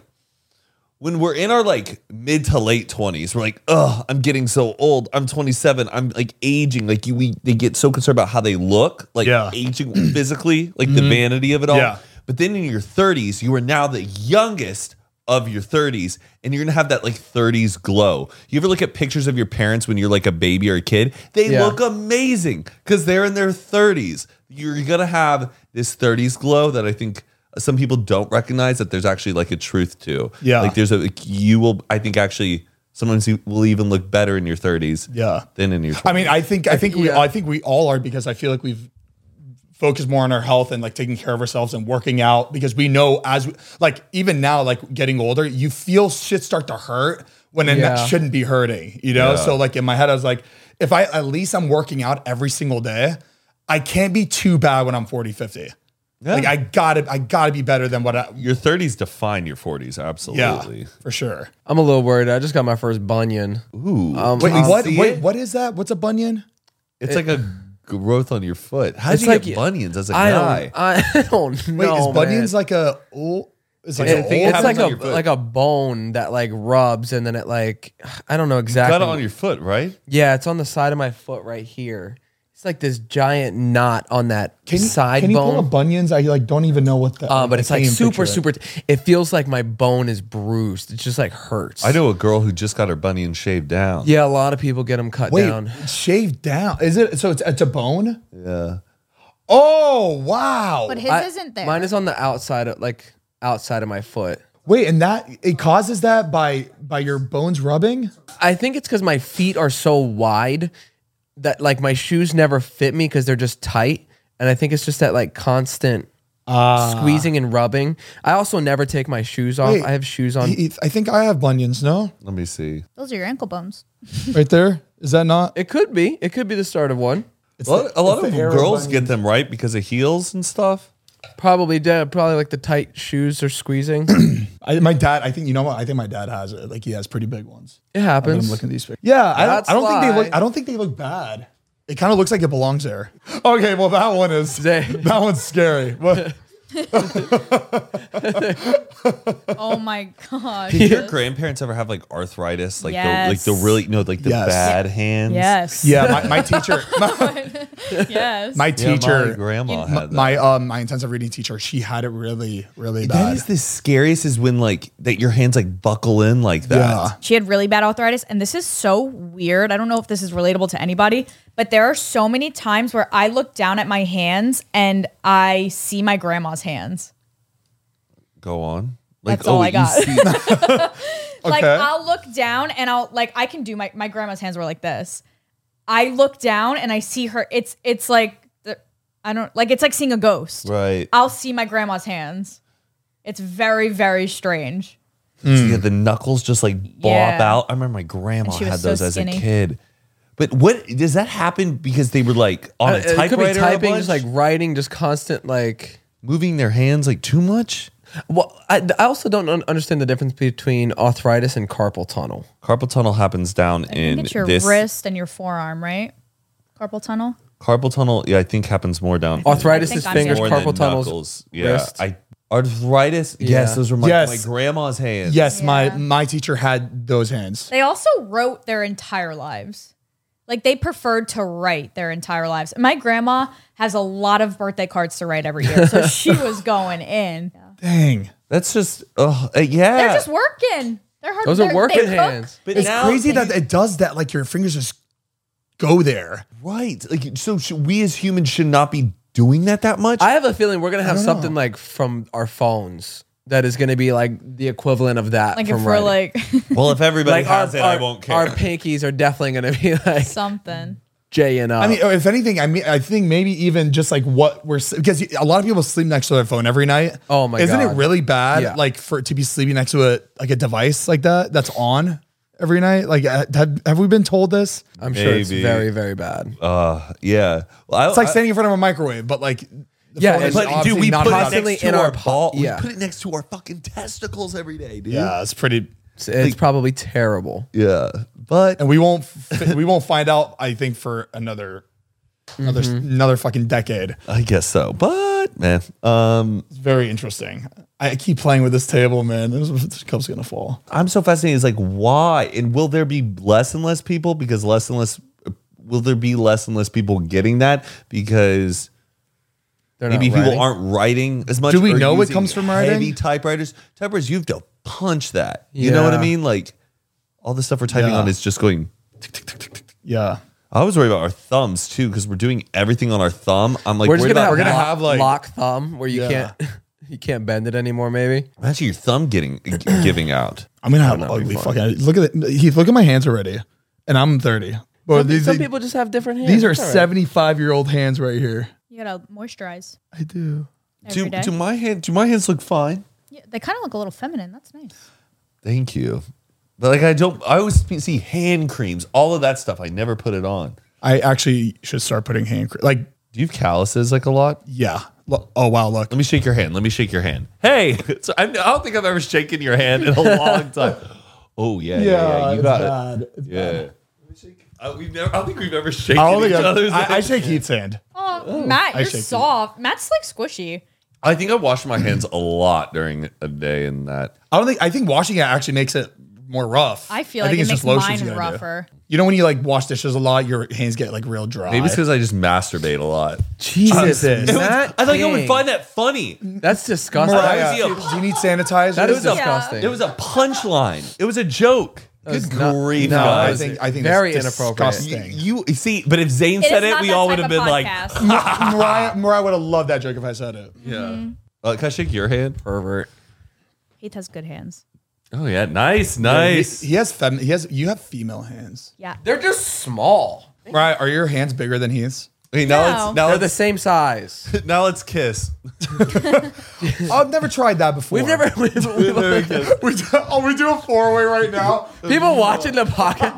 when we're in our like mid to late twenties, we're like, "Ugh, I'm getting so old. I'm 27. I'm like aging." Like you, we they get so concerned about how they look, like Yeah. Mm-hmm. aging physically, like the vanity of it all. Yeah. But then in your 30s, you are now the youngest of your 30s, and you're gonna have that like 30s glow. You ever look at pictures of your parents when you're like a baby or a kid? They Yeah. look amazing because they're in their 30s. You're gonna have this 30s glow that I think some people don't recognize that there's actually like a truth to. Yeah. Like there's a like, you will I think actually sometimes you will even look better in your 30s. Yeah. Than in your I mean, I think I think we yeah. I think we all are because I feel like we've focused more on our health and like taking care of ourselves and working out because we know as we, like even now like getting older, you feel shit start to hurt when it Yeah. shouldn't be hurting, you know? So like in my head I was like if I at least I'm working out every single day, I can't be too bad when I'm 40, 50. Like I got to I got to be better than what I your 30s define your 40s, absolutely. yeah, for sure. I'm a little worried. I just got my first bunion. Ooh. Wait, um, what see wait, it? what is that? What's a bunion? It's like a growth on your foot. How did It's you like- get bunions as a I guy? don't. I don't know. Wait, is bunions man. like a old is like It- an old it's like on a your foot. like a bone that like rubs and then it like I don't know exactly. Got it on your foot, right? yeah, it's on the side of my foot right here. It's like this giant knot on that you- side can you bone. pull up bunions? I like don't even know what the. Uh, but it's like can't even super, picture it. super. T- it feels like my bone is bruised. It just like hurts. I know a girl who just got her bunion shaved down. Yeah, a lot of people get them cut Wait, down. shaved down. Is it so? It's it's a bone. Yeah. Oh wow! But his I- isn't there. Mine is on the outside, of, like outside of my foot. Wait, and that it causes that by by your bones rubbing. I think it's because my feet are so wide that like my shoes never fit me because they're just tight, and I think it's just that like constant squeezing and rubbing. I also never take my shoes off. Ah. Wait, I have shoes on. He- I think I have bunions. No, Let me see. Those are your ankle bones. right there. Is that not? it could be. It could be the start of one. A lot, a lot it's of the hair girls bunion. get them right because of heels and stuff. Probably dead. Probably like the tight shoes are squeezing. I, my dad. I think you know what? I think my dad has it. Like he has pretty big ones. it happens. I'm looking at these pictures. Yeah, I don't, That's I don't think they look. why. I don't think they look bad. It kind of looks like it belongs there. Okay, well that one is They- that one's scary. What? Oh my gosh. Did your grandparents ever have like arthritis? Like the like the Yes. really no, like the Yes. bad hands. Yes. Yeah, my, my teacher. Yes. My Yeah, teacher, my grandma my, had that. my, um, my intensive reading teacher, she had it really, really that bad. is the scariest is when like that your hands like buckle in like that. Yeah. She had really bad arthritis, and this is so weird. I don't know if this is relatable to anybody, but there are so many times where I look down at my hands and I see my grandma's hands. Go on. oh, That's all I you got. see- Like Okay. I'll look down and I'll like I can do my my grandma's hands were like this. I look down and I see her. It's it's like the- I don't like it's like seeing a ghost. right. I'll see my grandma's hands. It's very very strange. Yeah, the knuckles just like blop Yeah. out. I remember my grandma And she was had so those as skinny. a kid. But what does that happen because they were like on Uh, a it could typewriter? be a typing, just like bunch? writing, just constant like. moving their hands like too much? Well, I, I also don't un- understand the difference between arthritis and carpal tunnel. Carpal tunnel happens down I think in it's your this wrist and your forearm, right? Carpal tunnel. carpal tunnel. Yeah, I think happens more down. Arthritis think is I'm fingers, more saying- carpal tunnels. tunnels. Yeah, wrist. I arthritis. Yeah. Yes, those were my, Yes. my grandma's hands. yes, my my teacher had those hands. They also wrote their entire lives. Like they preferred to write their entire lives. My grandma has a lot of birthday cards to write every year. So she was going in. Dang, that's just. Oh, uh, yeah. They're just working. They're hard. Those are they're- working they cook. hands. but it's now, crazy that it does that. Like your fingers just go there. right. Like so, sh- we as humans should not be doing that that much. I have a feeling we're gonna have something like from our phones that is gonna be like the equivalent of that. Like from if we're writing. like well, if everybody Like, has it, our, I won't care. our pinkies are definitely gonna be like something. J and up. I mean, if anything, I mean, I think maybe even just like what we're because a lot of people sleep next to their phone every night. Oh my Isn't it God. really bad? Yeah. Like for to be sleeping next to a like a device like that that's on every night. Like uh, have, have we been told this? I'm sure it's maybe. very, very bad. uh, yeah. Well, I, It's like standing in front of a microwave, but like the Yeah, phone is it's like, But dude, obviously we not put about- it constantly next to in our, our po- ball. yeah. We put it next to our fucking testicles every day, dude. Yeah, it's pretty. It's, it's probably terrible. yeah. But And we won't f- we won't find out. I think for another another Mm-hmm. another fucking decade. I guess so. But man, um, It's very interesting. I keep playing with this table, man. This, this cup's gonna fall. I'm so fascinated. It's like why, and will there be less and less people because less and less will there be less and less people getting that because They're maybe not people writing. aren't writing as much. Do we or know it using comes from writing? Heavy typewriters. Typewriters, you have to punch that. You know what I Yeah. mean? Like all the stuff we're typing Yeah. on is just going. Yeah, I was worried about our thumbs too because we're doing everything on our thumb. I'm like, we're just worried gonna, about- have, gonna lock, have, like- lock thumb where you Yeah. can't you can't bend it anymore. Maybe imagine your thumb getting giving out. I'm gonna have ugly fucking. Look at it, Heath. Look at my hands already, and I'm 30. But some, these some these- people just have different hands. these are It's all right. 75 year old hands right here. You gotta moisturize I do. every Do, day. do my hand? Do my hands look fine? Yeah, they kind of look a little feminine. That's nice. Thank you. But like I don't. I always see hand creams, all of that stuff. I never put it on. I actually should start putting hand cre- like Do you have calluses like a lot? yeah. Lo- Oh wow, look. Let me shake your hand. Let me shake your hand. Hey, so I, I don't think I've ever shaken your hand in a long time. Oh yeah, yeah, yeah. you got it. Yeah. Uh, we've never. I don't think we've ever shaken I don't each think other's. I, I, I hand. shake Heath's hand. Oh, Matt, I you're shake you. soft. Matt's like squishy. I think I washed my hands a lot during a day in that. I don't think I think washing it actually makes it more rough. I feel like it makes lotions mine you gotta do. rougher. You know when you like wash dishes a lot, your hands get like real dry. Maybe it's because I just masturbate a lot. Jesus. Jesus. Matt I thought you would King. find that funny. that's disgusting. Mariah. do you need sanitizer? That is was a- disgusting. It was a punchline. It was a joke. was Good not- grief, no, I guys. was think I think very it's inappropriate. disgusting. You see, but if Zayn It said is it, not we that all would have type of been like, podcast. Mariah, Mariah would have loved that joke if I said it. yeah. Uh, can I shake your hand? pervert. Heath has good hands. Oh yeah, nice, nice. He, he has fem. He has. You have female hands. Yeah. They're just small. Right? Are your hands bigger than his? Hey, now No. They're the let's same size. now let's now let's kiss. I've never tried that before. We've never. We've, we've- we do, oh, we do a four way right now. people watching the pocket.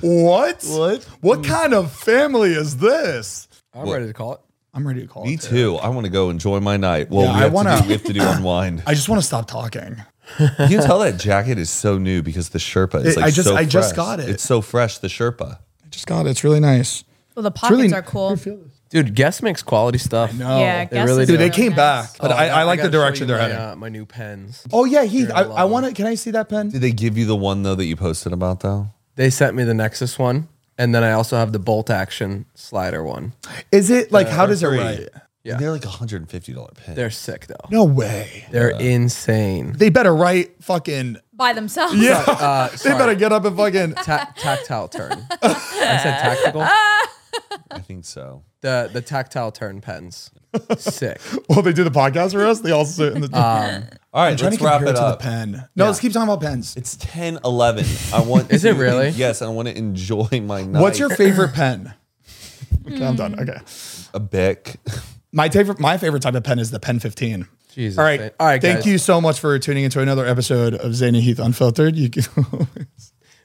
What? What? What kind of family is this? I'm ready to call it. I'm ready to call. Me it, too. I want to go enjoy my night. Well, Yeah, I we, have to wanna- do, we have to do unwind. I just want to stop talking. you can tell that jacket is so new because the Sherpa is It- like I just- so I just fresh. got it. It's so fresh. The Sherpa. I just got it. It's really nice. Well, the really- pockets are cool. Dude, Guess makes quality stuff. No. yeah, They really is do. Dude, they really came nice. back, but Oh, I, I like the direction they're my, heading. Uh, my new pens. Oh yeah, Heath. I, I want to. Can I see that pen? Did they give you the one though that you posted about though? They sent me the Nexus one, and then I also have the bolt action slider one. Is it like how does it write? Yeah. They're like a hundred and fifty dollar pen. They're sick though. No way. They're insane. They better write fucking. by themselves. Yeah. Uh, they sorry. better get up and fucking. Ta- tactile turn. I said tactical. I think so. The the tactile turn pens. Sick. Well, they do the podcast for us. They all sit in the. All right, I'm trying let's to wrap compare it it to the up. pen. No, let's keep talking about pens. It's 10 11. I want Is it to- really? Yes, I want to enjoy my night. What's your favorite pen? okay, I'm done. Okay. a Bic? My favorite, my favorite type of pen is the Pen 15. Jesus. All right, All right. Thank guys. you so much for tuning into another episode of Zane and Heath Unfiltered. You can.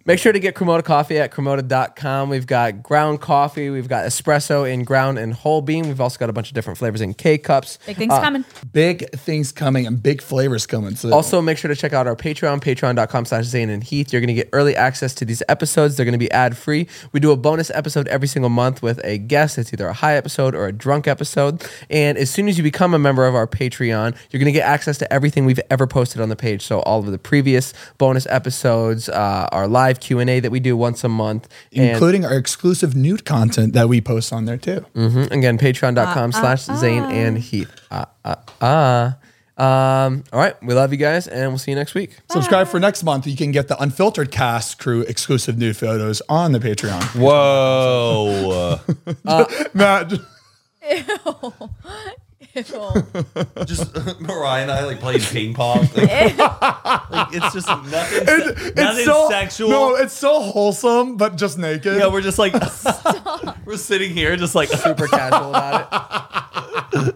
Make sure to get Cremota coffee at cremota.com. We've got ground coffee. We've got espresso in ground and whole bean. We've also got a bunch of different flavors in Uh, K cups. Big things coming. big things coming and big flavors coming. So Also, make sure to check out our Patreon, patreon.com slash Zane and Heath. You're going to get early access to these episodes. They're going to be ad free. We do a bonus episode every single month with a guest. It's either a high episode or a drunk episode. And as soon as you become a member of our Patreon, you're going to get access to everything we've ever posted on the page. So all of the previous bonus episodes, uh, our live Q&A that we do once a month. and- including our exclusive nude content that we post on there too. Mhm. Again, patreon.com slash Zane and Heath. Uh, uh, uh. Um, all right. We love you guys and we'll see you next week. Subscribe for next month. You can get the unfiltered cast crew exclusive nude photos on the Patreon. Whoa. Matt, Ew. just Mariah and I like playing ping pong. Like, like, it's just nothing, se- nothing sexual. No, it's so wholesome, but just naked. yeah, we're just like, we're sitting here just like, Super casual about it.